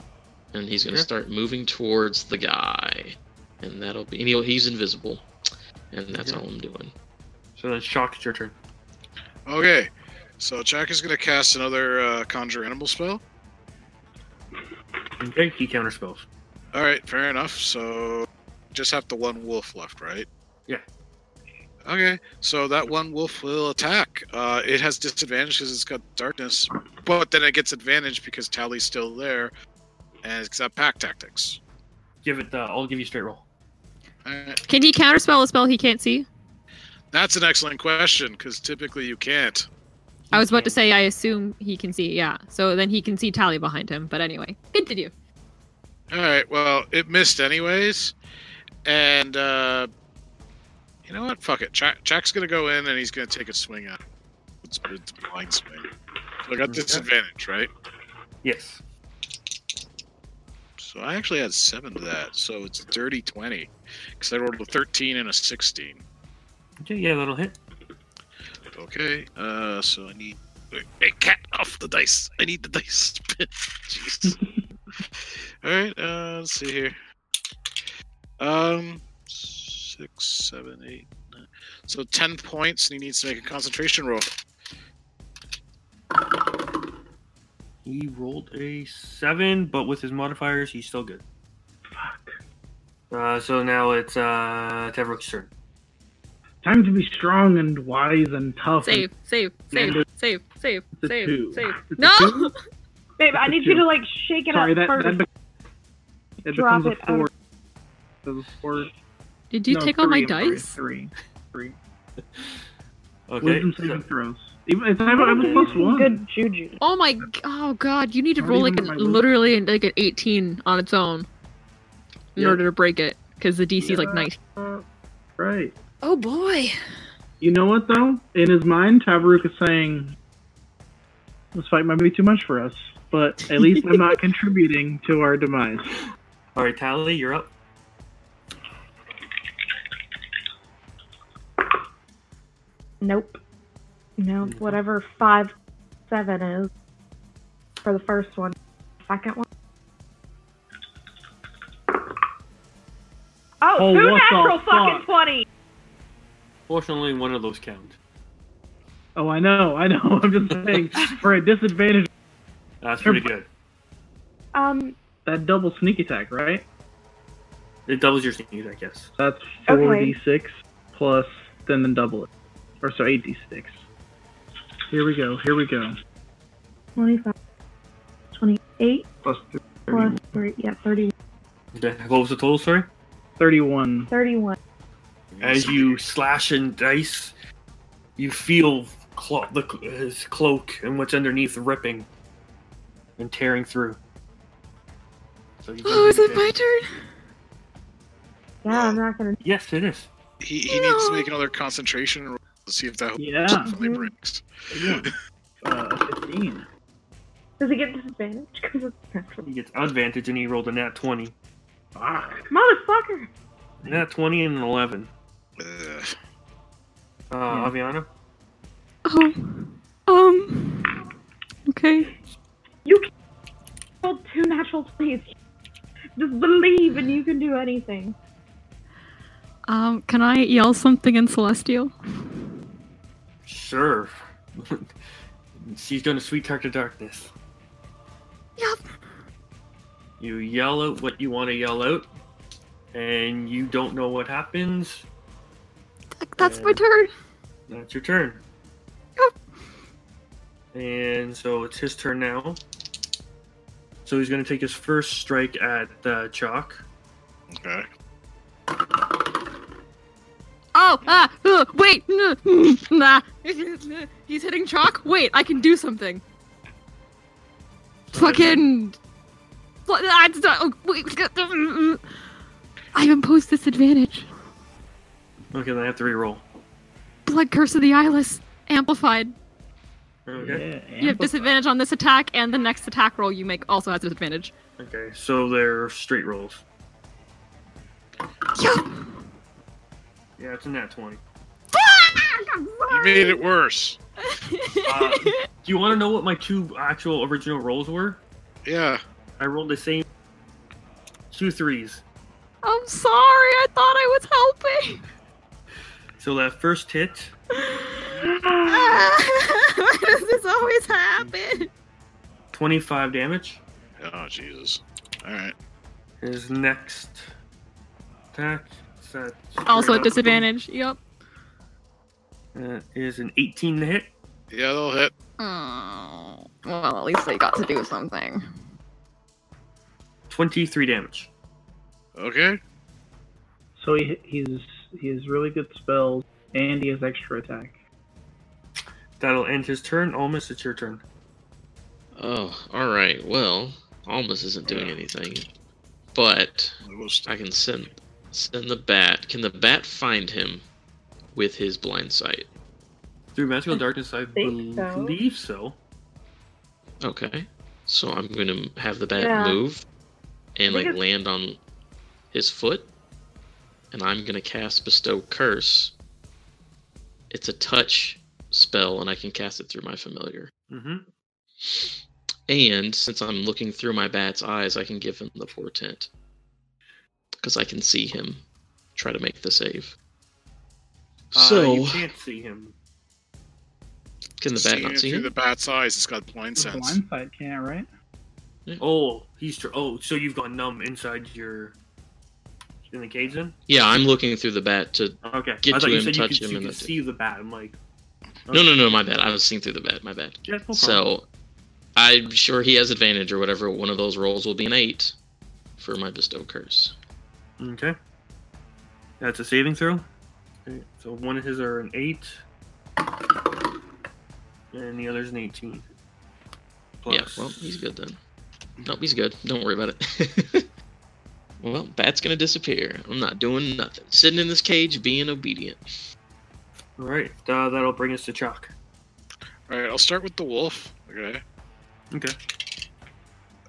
Speaker 5: and he's going to
Speaker 1: Sure.
Speaker 5: start moving towards the guy, and that'll be. And he'll, he's invisible, and that's
Speaker 1: Okay.
Speaker 5: all I'm doing.
Speaker 1: So then, shock, it's your turn.
Speaker 6: Okay, so Jack is going to cast another uh, conjure animal spell.
Speaker 1: Okay, he counter spells.
Speaker 6: All right, fair enough. So just have the one wolf left, right?
Speaker 1: Yeah.
Speaker 6: Okay, so that one wolf will attack. Uh, it has disadvantage because it's got darkness, but then it gets advantage because Tally's still there, and it's got pack tactics.
Speaker 1: Give it. Uh, I'll give you straight roll.
Speaker 6: All right.
Speaker 3: Can he counterspell a spell he can't see?
Speaker 6: That's an excellent question because typically you can't.
Speaker 3: I was about to say. I assume he can see. Yeah. So then he can see Tally behind him. But anyway, continue.
Speaker 6: All right, well, it missed anyways, and uh, you know what? Fuck it. Jack, Jack's gonna go in and he's gonna take a swing at. it. It's good to blind swing. So I got disadvantage, right?
Speaker 1: Yes.
Speaker 6: So I actually had seven to that. So it's a dirty 20. Because I rolled a 13 and a 16.
Speaker 1: Okay, yeah, that'll hit.
Speaker 6: Okay. Uh, so I need. Hey, cat off the dice. I need the dice. Jeez. All right. Uh, let's see here. Um, six, seven, eight, nine. So ten points, and he needs to make a concentration roll.
Speaker 1: He rolled a seven, but with his modifiers, he's still good.
Speaker 4: Fuck.
Speaker 1: Uh, so now it's uh, Tevrook's turn.
Speaker 4: Time to be strong and wise and tough.
Speaker 3: Save, save, save,
Speaker 4: Yeah.
Speaker 3: save, save,
Speaker 4: It's a
Speaker 3: save,
Speaker 4: two.
Speaker 3: save.
Speaker 4: It's a
Speaker 3: No!
Speaker 4: two.
Speaker 7: Babe, I need you to like shake it
Speaker 4: Sorry,
Speaker 7: up
Speaker 4: that,
Speaker 7: first.
Speaker 4: that, be- it
Speaker 7: Drop
Speaker 4: becomes a
Speaker 7: it um,
Speaker 4: four. Becomes a four.
Speaker 3: Did you
Speaker 4: no,
Speaker 3: take all my
Speaker 4: three, I'm sorry,
Speaker 3: dice?
Speaker 4: Three. Three.
Speaker 1: Okay.
Speaker 4: Wisdom
Speaker 1: so-
Speaker 4: saving throws. Even if I, I was plus one.
Speaker 7: Good juju.
Speaker 3: Oh my! g- Oh god! You need to
Speaker 4: Not
Speaker 3: roll like
Speaker 4: even
Speaker 3: an,
Speaker 4: my wisdom.
Speaker 3: literally like an 18 on its own in
Speaker 4: Yep.
Speaker 3: order to break it, because the DC's like
Speaker 4: Yeah.
Speaker 3: 19.
Speaker 4: Uh, right.
Speaker 3: Oh boy!
Speaker 4: You know what though? In his mind, Tavaruk is saying, "This fight might be too much for us, but at least I'm not contributing to our demise."
Speaker 1: All right, Tally, you're up.
Speaker 7: Nope. Nope.
Speaker 4: Mm-hmm.
Speaker 7: Whatever five seven is for the first one. Second one. Oh,
Speaker 4: Oh,
Speaker 7: two
Speaker 4: what the
Speaker 7: natural fucking
Speaker 4: fuck?
Speaker 7: twenty.
Speaker 1: Fortunately, one of those count.
Speaker 4: Oh, I know, I know. I'm just saying, for a disadvantage,
Speaker 1: That's pretty good.
Speaker 7: Um.
Speaker 4: that double sneak attack, right?
Speaker 1: It doubles your sneak attack, yes.
Speaker 4: That's
Speaker 7: Okay.
Speaker 4: four d six plus, then then double it, or so eight d six. Here we go. Here we go.
Speaker 7: 25, 28,
Speaker 4: Plus th-
Speaker 7: plus 3, yeah, 30,
Speaker 1: Okay, What was the total, sorry?
Speaker 4: thirty-one.
Speaker 7: 31.
Speaker 1: As you slash and dice, you feel clo- the, his cloak and what's underneath ripping and tearing through. So you
Speaker 3: Oh, is it my turn?
Speaker 7: Yeah, I'm not gonna.
Speaker 1: Yes, it is.
Speaker 6: He, he needs to make another concentration roll to see if that
Speaker 4: Yeah.
Speaker 6: finally breaks.
Speaker 4: Uh, Fifteen.
Speaker 7: Does it get disadvantage? Because it's natural.
Speaker 1: He gets advantage and he rolled a nat 20.
Speaker 4: Fuck.
Speaker 7: Motherfucker!
Speaker 1: Nat 20 and an 11.
Speaker 6: Uh,
Speaker 1: Uh, Aviana?
Speaker 3: Oh, um. Okay.
Speaker 7: Roll two natural 20s. Just believe and you can do anything.
Speaker 3: Um. Can I yell something in Celestial?
Speaker 1: Sure. She's going to sweet talk to darkness.
Speaker 3: Yep.
Speaker 1: You yell out what you want to yell out, and you don't know what happens.
Speaker 3: That's my
Speaker 1: Yeah.
Speaker 3: turn.
Speaker 1: That's your turn.
Speaker 3: Yep.
Speaker 1: And so it's his turn now. So he's going to take his first strike at uh, Chalk.
Speaker 6: okay.
Speaker 3: Oh, ah, uh, wait, n- n- nah. He's hitting chalk. Wait, I can do something. Fucking. Fl- ah, it's not- oh, wait, I impose disadvantage.
Speaker 1: Okay, then I have to reroll.
Speaker 3: Blood curse of the eyeless amplified.
Speaker 1: Okay.
Speaker 4: Yeah,
Speaker 3: You have disadvantage on this attack, and the next attack roll you make also has disadvantage.
Speaker 1: Okay, so they're straight rolls.
Speaker 3: Yeah.
Speaker 1: Yeah, it's a nat 20.
Speaker 6: You made it worse.
Speaker 1: Uh, do you want to know what my two actual original rolls were?
Speaker 6: Yeah.
Speaker 1: I rolled the same two threes.
Speaker 3: I'm sorry. I thought I was helping.
Speaker 1: So that first hit,
Speaker 3: Why does this always happen?
Speaker 1: 25 damage.
Speaker 6: Oh Jesus. All right.
Speaker 1: His next attack. is that
Speaker 3: Also
Speaker 1: straight
Speaker 3: at
Speaker 1: up?
Speaker 3: disadvantage. Yep.
Speaker 1: Uh, is an 18 to hit.
Speaker 6: Yeah, they'll hit.
Speaker 3: Oh, well, at least they got to do something.
Speaker 1: 23 damage.
Speaker 6: Okay.
Speaker 4: So he he's he has really good spells and he has extra attack.
Speaker 1: That'll end his turn. Almost, it's your turn.
Speaker 5: Oh, all right. Well, Almas isn't doing anything, but
Speaker 6: It was-
Speaker 5: I can send send the bat. Can the bat find him with his blind sight?
Speaker 1: Through magical darkness, I
Speaker 2: think so.
Speaker 1: believe so.
Speaker 5: Okay. So I'm gonna have the bat
Speaker 2: Yeah.
Speaker 5: move and
Speaker 2: We
Speaker 5: like
Speaker 2: could-
Speaker 5: land on his foot. And I'm gonna cast bestow curse. It's a touch spell and I can cast it through my familiar.
Speaker 1: Mm-hmm.
Speaker 5: And since I'm looking through my bat's eyes, I can give him the portent. Because I can see him try to make the save.
Speaker 1: uh,
Speaker 5: So
Speaker 1: you can't see him.
Speaker 5: can the bat
Speaker 6: Seeing
Speaker 5: not
Speaker 6: it
Speaker 5: see
Speaker 6: through
Speaker 5: him?
Speaker 6: the bat's eyes. It's got blind
Speaker 4: The
Speaker 6: sense.
Speaker 4: blindside can't, right?
Speaker 1: Oh, he's tr- oh, so you've gone numb inside your in the cage then?
Speaker 5: Yeah, I'm looking through the bat to
Speaker 1: Okay,
Speaker 5: Get
Speaker 1: I thought
Speaker 5: to
Speaker 1: you
Speaker 5: him,
Speaker 1: said
Speaker 5: touch
Speaker 1: you
Speaker 5: him,
Speaker 1: could, you
Speaker 5: and
Speaker 1: could
Speaker 5: that's it.
Speaker 1: see the bat. I'm like,
Speaker 5: No, no, no, my bad. I was seeing through the bat. My bad.
Speaker 1: yeah, no problem.
Speaker 5: So, I'm sure he has advantage or whatever. One of those rolls will be an eight for my bestow curse.
Speaker 1: Okay. That's a saving throw. Okay, so one of his are an 8, and the other's an 18. Plus.
Speaker 5: Yeah, well, he's good then. Nope, he's good. Don't worry about it. well, bat's gonna disappear. I'm not doing nothing. Sitting in this cage, being obedient.
Speaker 1: Alright, uh, that'll bring us to Chalk.
Speaker 6: All right, I'll start with the wolf. Okay.
Speaker 1: Okay.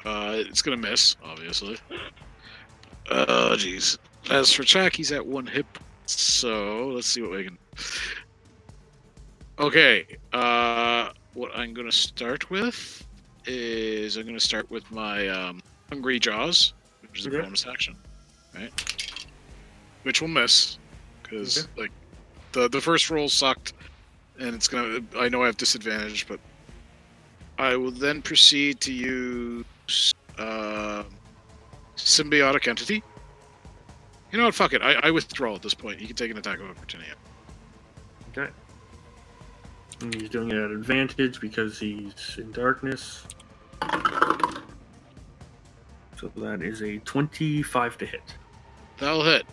Speaker 6: Uh, it's gonna miss, obviously. Oh, jeez. As for Jack, he's at one hip. So let's see what we can. Okay. Uh, what I'm gonna start with is I'm gonna start with my um, hungry jaws, which is
Speaker 1: Okay.
Speaker 6: a bonus action, right? Which will miss, because like the the first roll sucked, and it's gonna. I know I have disadvantage, but I will then proceed to use uh, symbiotic entity. You know what? Fuck it. I, I withdraw at this point. You can take an attack of opportunity.
Speaker 1: Okay. And he's doing it at advantage because he's in darkness. So that is a 25 to hit.
Speaker 6: That'll hit.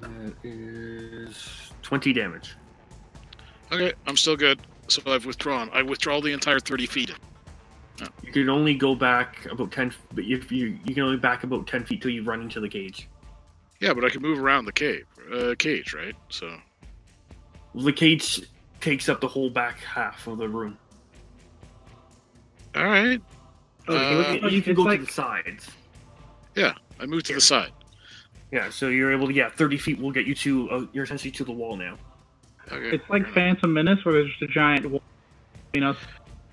Speaker 1: That is 20 damage.
Speaker 6: Okay, I'm still good. So I've withdrawn. I withdraw the entire 30 feet.
Speaker 1: You can only go back about 10 f- but if you you can only back about 10 feet till you run into the cage.
Speaker 6: Yeah, but I can move around the cave, uh, cage, right? So
Speaker 1: The cage takes up the whole back half of the room.
Speaker 6: all right,
Speaker 1: Okay,
Speaker 4: Uh,
Speaker 1: you can
Speaker 4: it's
Speaker 1: go
Speaker 4: like-
Speaker 1: to the sides.
Speaker 6: I move to the side.
Speaker 1: Yeah, so you're able to yeah, 30 feet will get you to uh, you're essentially to the wall now.
Speaker 6: Okay.
Speaker 4: It's like Phantom Menace, where there's just a giant wall between us.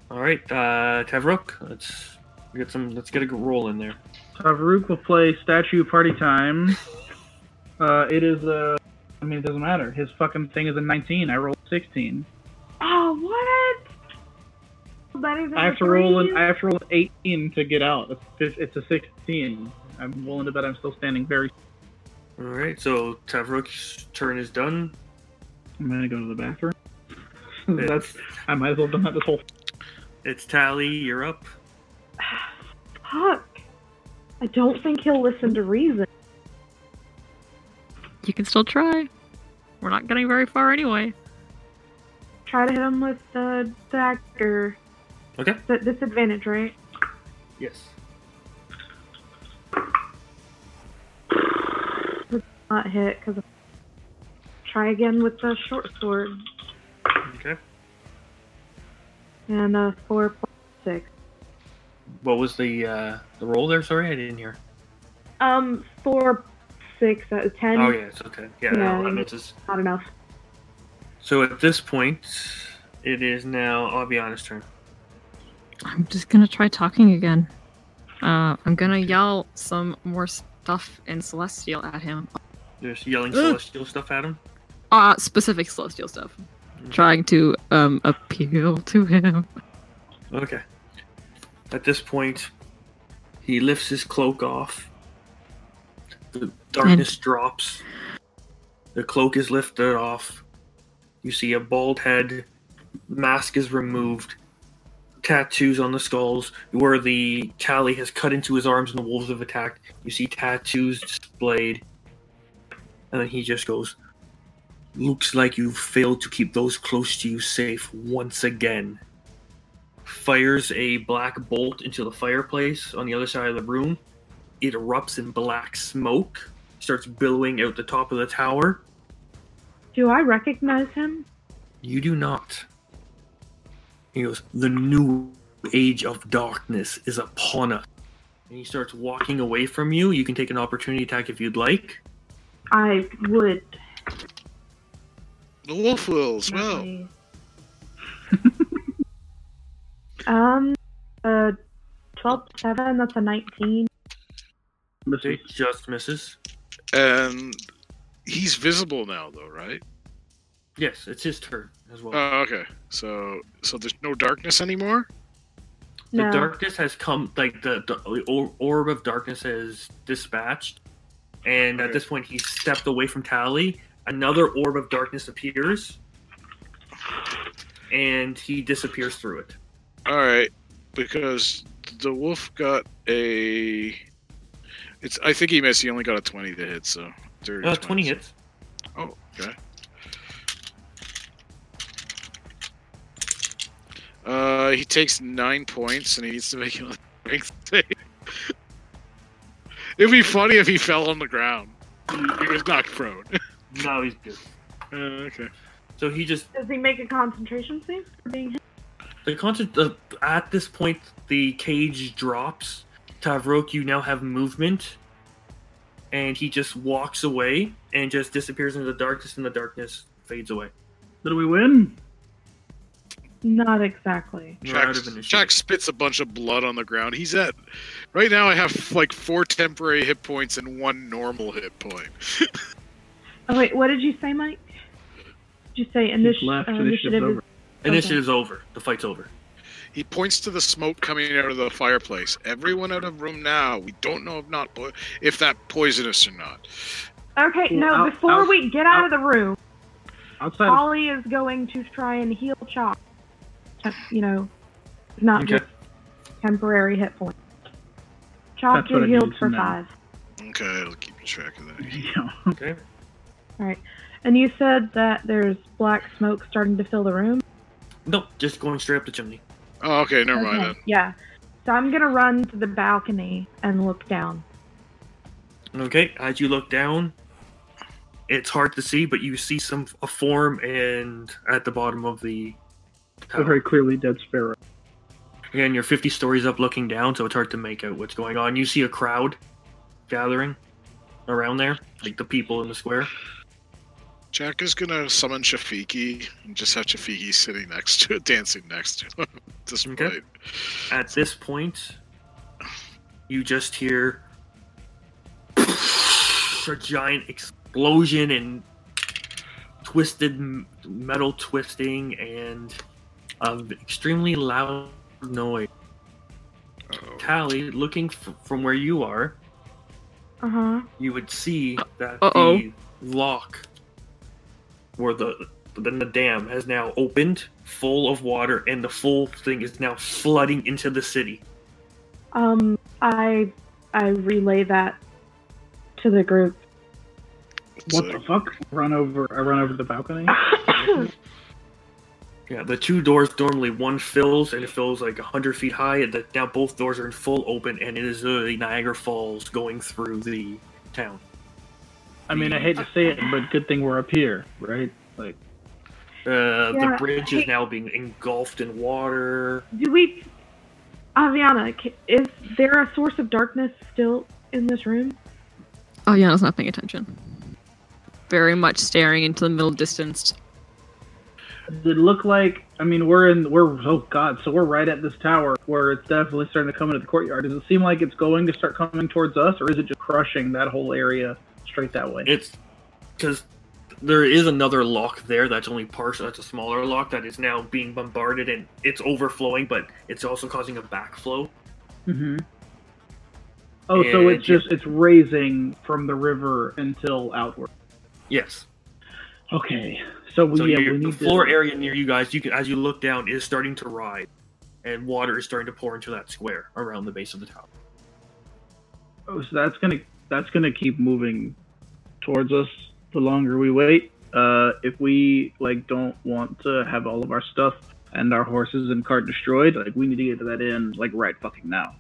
Speaker 1: All right, uh Tavrook, let's get some let's get a roll in there.
Speaker 4: Tavrook will play Statue Party Time. Uh, it is a. I mean, it doesn't matter. His fucking thing is a 19. I rolled 16.
Speaker 7: Oh, what? Better than
Speaker 4: I have to
Speaker 7: the
Speaker 4: roll an.
Speaker 7: threes?
Speaker 4: I have to roll an 18 to get out. It's, fif- it's a 16. I'm willing to bet I'm still standing very.
Speaker 1: All right, so Tavrook's turn is done.
Speaker 4: I'm gonna go to the bathroom.
Speaker 1: It's,
Speaker 4: Mm, That's. I might as well have done that this whole.
Speaker 1: it's Tally, you're up.
Speaker 7: Fuck. I don't think he'll listen to reason.
Speaker 3: You can still try. We're not getting very far anyway.
Speaker 7: Try to hit him with the dagger.
Speaker 1: Okay.
Speaker 7: The disadvantage, right?
Speaker 1: Yes.
Speaker 7: Not hit because. Try again with the short sword
Speaker 1: Okay.
Speaker 7: and a four plus six.
Speaker 1: What was the uh the roll there? Sorry, I didn't hear.
Speaker 7: Um, four, six, uh, ten.
Speaker 1: Oh yeah, it's okay. Yeah,
Speaker 7: Yeah.
Speaker 1: no, that misses.
Speaker 7: Not enough.
Speaker 1: So at this point, it is now Aviana's turn.
Speaker 3: I'm just gonna try talking again. Uh, I'm gonna yell some more stuff in Celestial at him.
Speaker 1: Just yelling celestial stuff at him.
Speaker 3: Uh, specific Celestial stuff. Trying to um appeal to him.
Speaker 1: Okay. At this point, he lifts his cloak off. The darkness drops. The cloak is lifted off. You see a bald head. Mask is removed. Tattoos on the skulls. Where the tally has cut into his arms and the wolves have attacked. You see tattoos displayed. And then he just goes, Looks like you failed to keep those close to you safe once again fires a black bolt into the fireplace on the other side of the room. It erupts in black smoke, starts billowing out the top of the tower.
Speaker 2: Do I recognize him?
Speaker 1: You do not. He goes, The new age of darkness is upon us. And he starts walking away from you. You can take an opportunity attack if you'd like.
Speaker 2: I would.
Speaker 6: The wolf will smell.
Speaker 2: definitely- um, uh, 12 to 7, that's a 19.
Speaker 4: Misses.
Speaker 1: It just misses.
Speaker 6: And he's visible now, though, right?
Speaker 1: Yes, it's his turn as well.
Speaker 6: Oh, okay. So, so there's no darkness anymore.
Speaker 1: the
Speaker 2: No.
Speaker 1: darkness has come, like the, the or- orb of darkness has dispatched. And at
Speaker 6: Okay.
Speaker 1: this point, he stepped away from Tally. Another orb of darkness appears. And he disappears through it.
Speaker 6: All right, because the wolf got a. It's. I think he missed. He only got a twenty to hit. So. dirty
Speaker 1: Uh, 20
Speaker 6: so-
Speaker 1: hits.
Speaker 6: Oh, okay. Uh, he takes nine points and he needs to make a strength save. It'd be funny if he fell on the ground. He was knocked prone.
Speaker 1: No, he's good.
Speaker 6: Uh, okay.
Speaker 1: So he just
Speaker 2: Does he make a concentration save for being hit?
Speaker 1: The content uh, at this point, the cage drops. Tavrok, you now have movement, and he just walks away and just disappears into the darkness, and the darkness fades away.
Speaker 4: Did we win?
Speaker 2: Not exactly.
Speaker 1: You're out
Speaker 6: Jack,
Speaker 1: of initiative.
Speaker 6: Jack spits a bunch of blood on the ground. He's at. Right now, I have like four temporary hit points and one normal hit point.
Speaker 2: Oh, wait, what did you say, Mike? Did you say
Speaker 4: He's
Speaker 2: initi-
Speaker 4: left.
Speaker 2: uh,
Speaker 4: Initiative's
Speaker 2: initiative?
Speaker 4: over.
Speaker 2: is-
Speaker 1: Initiative's over. The fight's over.
Speaker 6: He points to the smoke coming out of the fireplace. Everyone out of room now. We don't know if not po- if that poisonous or not.
Speaker 2: Okay, no,
Speaker 4: Out-
Speaker 2: before
Speaker 4: out-
Speaker 2: we get out, of the room,
Speaker 4: Outside of
Speaker 2: Polly is going to try and heal Chop. Uh, You know, not
Speaker 1: Okay.
Speaker 2: just temporary hit points. Chop
Speaker 4: That's what I
Speaker 2: is healed
Speaker 4: needed to
Speaker 2: for
Speaker 4: know.
Speaker 2: five.
Speaker 6: Okay, I'll keep track of that.
Speaker 4: Yeah.
Speaker 1: Okay.
Speaker 2: And you said that there's black smoke starting to fill the room?
Speaker 1: No, just going straight up the chimney.
Speaker 6: Oh, okay, never mind
Speaker 2: Okay, yeah. So I'm going to run to the balcony and look down.
Speaker 1: Okay. As you look down, it's hard to see, but you see some a form and at the bottom of the
Speaker 4: a
Speaker 1: tower.
Speaker 4: very clearly dead sparrow.
Speaker 1: Again, you're 50 stories up looking down, so it's hard to make out what's going on. You see a crowd gathering around there, like the people in the square.
Speaker 6: then. Jack is gonna summon Shafiki and just have Shafiki sitting next to dancing next to him. at this
Speaker 1: Okay.
Speaker 6: point.
Speaker 1: At this point, you just hear a giant explosion and twisted m- metal twisting and an extremely loud noise.
Speaker 6: Oh,
Speaker 1: Tally, looking f- from where you are,
Speaker 2: Uh huh.
Speaker 1: you would see that
Speaker 3: Uh-oh.
Speaker 1: the lock or the then the dam has now opened full of water and the full thing is now flooding into the city
Speaker 2: Um, I I relay that to the group.
Speaker 4: What
Speaker 6: so-
Speaker 4: the fuck? Run over! I run over to the balcony.
Speaker 1: yeah the two doors normally one fills and it fills like 100 feet high and that now both doors are in full open and it is literally niagara falls going through the town
Speaker 4: I mean, I hate to say it, but good thing we're up here, right? Like,
Speaker 1: uh, the
Speaker 2: Yeah,
Speaker 1: bridge is
Speaker 2: hey-
Speaker 1: now being engulfed in water
Speaker 2: Do we, Aviana? ca- Is there a source of darkness still in this room?
Speaker 3: Oh, Yana's not paying attention. Very much staring into the middle distance.
Speaker 4: does it look like? I mean, we're in. We're oh god, so we're right at this tower where it's definitely starting to come into the courtyard. Does it seem like it's going to start coming towards us, or is it just crushing that whole area straight that way?
Speaker 1: It's because there is another lock there that's only partial. That's a smaller lock that is now being bombarded and it's overflowing, but it's also causing a backflow.
Speaker 4: Mm-hmm. Oh, so
Speaker 1: And
Speaker 4: it's just it's raising from the river until outward.
Speaker 1: Yes.
Speaker 4: Okay, so we
Speaker 1: So
Speaker 4: yeah,
Speaker 1: your-
Speaker 4: we
Speaker 1: the
Speaker 4: need
Speaker 1: floor
Speaker 4: to,
Speaker 1: area near you guys, you can as you look down, is starting to rise, and water is starting to pour into that square around the base of the tower.
Speaker 4: Oh, so that's gonna that's gonna keep moving towards us the longer we wait. Uh, if we like don't want to have all of our stuff and our horses and cart destroyed, like we need to get to that end like right fucking now.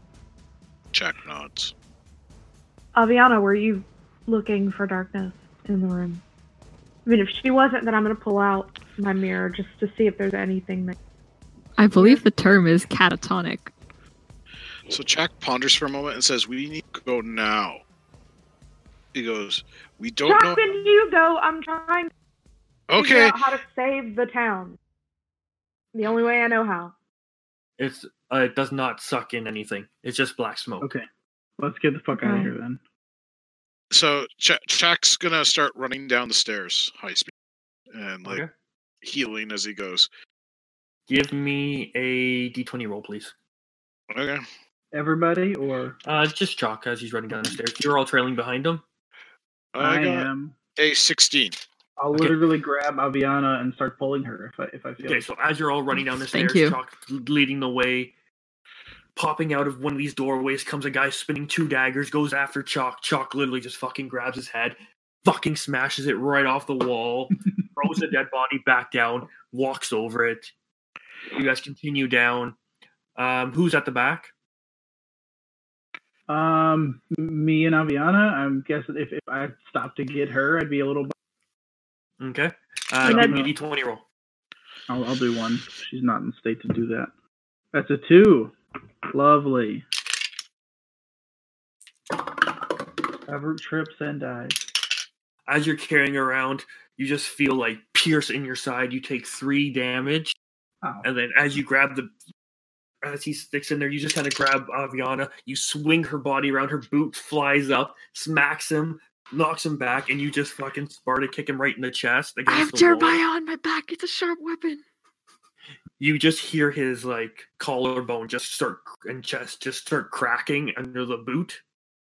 Speaker 6: Jack nods.
Speaker 2: Aviana, were you looking for darkness in the room? I mean, if she wasn't, then I'm gonna pull out my mirror just to see if there's anything that.
Speaker 3: I believe the term is catatonic.
Speaker 6: So Jack ponders for a moment and says, "We need to go now." He goes, "We don't know."
Speaker 2: Jackson, you go. I'm trying to figure
Speaker 6: Okay,
Speaker 2: out how to save the town. The only way I know how.
Speaker 1: It's uh, it does not suck in anything. It's just black smoke.
Speaker 4: Okay. Let's get the fuck out of
Speaker 2: Okay.
Speaker 4: here then.
Speaker 6: so Ch- Jack's gonna start running down the stairs high speed and like
Speaker 1: Okay.
Speaker 6: healing as he goes.
Speaker 1: Give me a d20 roll, please.
Speaker 6: Okay.
Speaker 4: Everybody or
Speaker 1: Uh, it's just Chalk as he's running down the stairs. You're all trailing behind him.
Speaker 6: I,
Speaker 4: I
Speaker 6: got
Speaker 4: am.
Speaker 6: a 16.
Speaker 4: I'll
Speaker 1: Okay.
Speaker 4: literally grab Aviana and start pulling her if I if I feel.
Speaker 1: Okay, so as you're all running down the
Speaker 3: Thank
Speaker 1: stairs,
Speaker 3: you.
Speaker 1: Chalk leading the way. Popping out of one of these doorways comes a guy spinning two daggers, goes after Chalk. Chalk literally just fucking grabs his head, fucking smashes it right off the wall, throws the dead body back down, walks over it. You guys continue down. Um, who's at the back?
Speaker 4: Um, me and Aviana. I'm guessing if, if I stopped to get her, I'd be a little.
Speaker 1: Okay. Uh,
Speaker 2: And
Speaker 1: give
Speaker 2: then-
Speaker 1: me a d20 roll.
Speaker 4: I'll, I'll do one. She's not in the state to do that. That's a two. Lovely. Cover trips and dies.
Speaker 1: as you're carrying around, you just feel like pierce in your side. You take three damage,
Speaker 4: Ow.
Speaker 1: and then as you grab the, as he sticks in there, you just kind of grab Aviana. You swing her body around. Her boot flies up, smacks him, knocks him back, and you just fucking Sparta kick him right in the chest.
Speaker 3: I have
Speaker 1: Against the wall.
Speaker 3: Jeremiah on my back. It's a sharp weapon.
Speaker 1: You just hear his like collarbone just start and chest just start cracking under the boot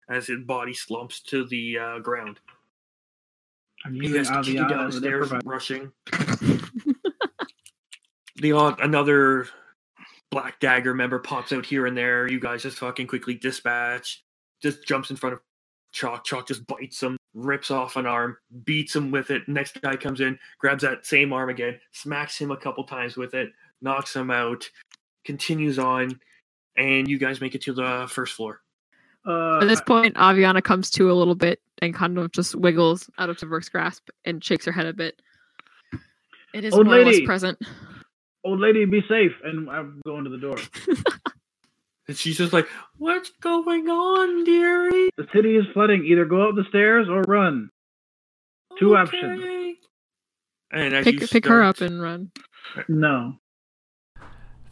Speaker 1: as his body slumps to the uh, ground.
Speaker 4: I'm
Speaker 1: You
Speaker 4: using
Speaker 1: guys continue
Speaker 4: Aviana
Speaker 1: down the
Speaker 4: as an
Speaker 1: stairs,
Speaker 4: improviser.
Speaker 1: rushing. the odd, another black dagger member pops out here and there. You guys just fucking quickly dispatch. Just jumps in front of Chalk. Chalk just bites him, rips off an arm, beats him with it. Next guy comes in, grabs that same arm again, smacks him a couple times with it, knocks him out, continues on, and you guys make it to the first floor.
Speaker 4: Uh,
Speaker 3: At this point, Aviana comes to a little bit and kind of just wiggles out of Tivork's grasp and shakes her head a bit. It is
Speaker 4: Old
Speaker 3: more or
Speaker 4: lady.
Speaker 3: less present.
Speaker 4: old lady, be safe. And I'm going to the door.
Speaker 1: And she's just like, What's going on, dearie?
Speaker 4: The city is flooding. Either go up the stairs or run. Two options.
Speaker 1: Okay. And as
Speaker 3: Pick,
Speaker 1: you
Speaker 3: pick her
Speaker 1: start-
Speaker 3: up and run.
Speaker 4: No.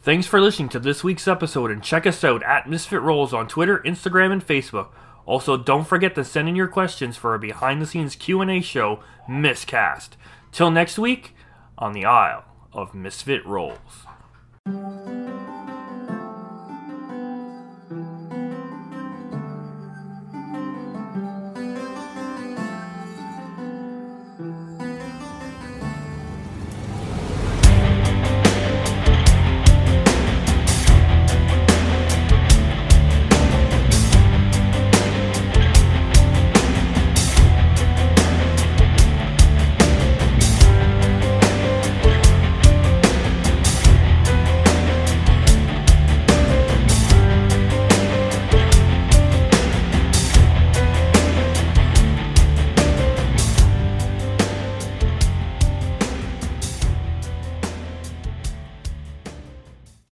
Speaker 1: Thanks for listening to this week's episode and check us out at Misfit Rolls on Twitter, Instagram, and Facebook. Also, don't forget to send in your questions for our behind-the-scenes Q&A show, Miscast. Till next week, on the Isle of Misfit Rolls.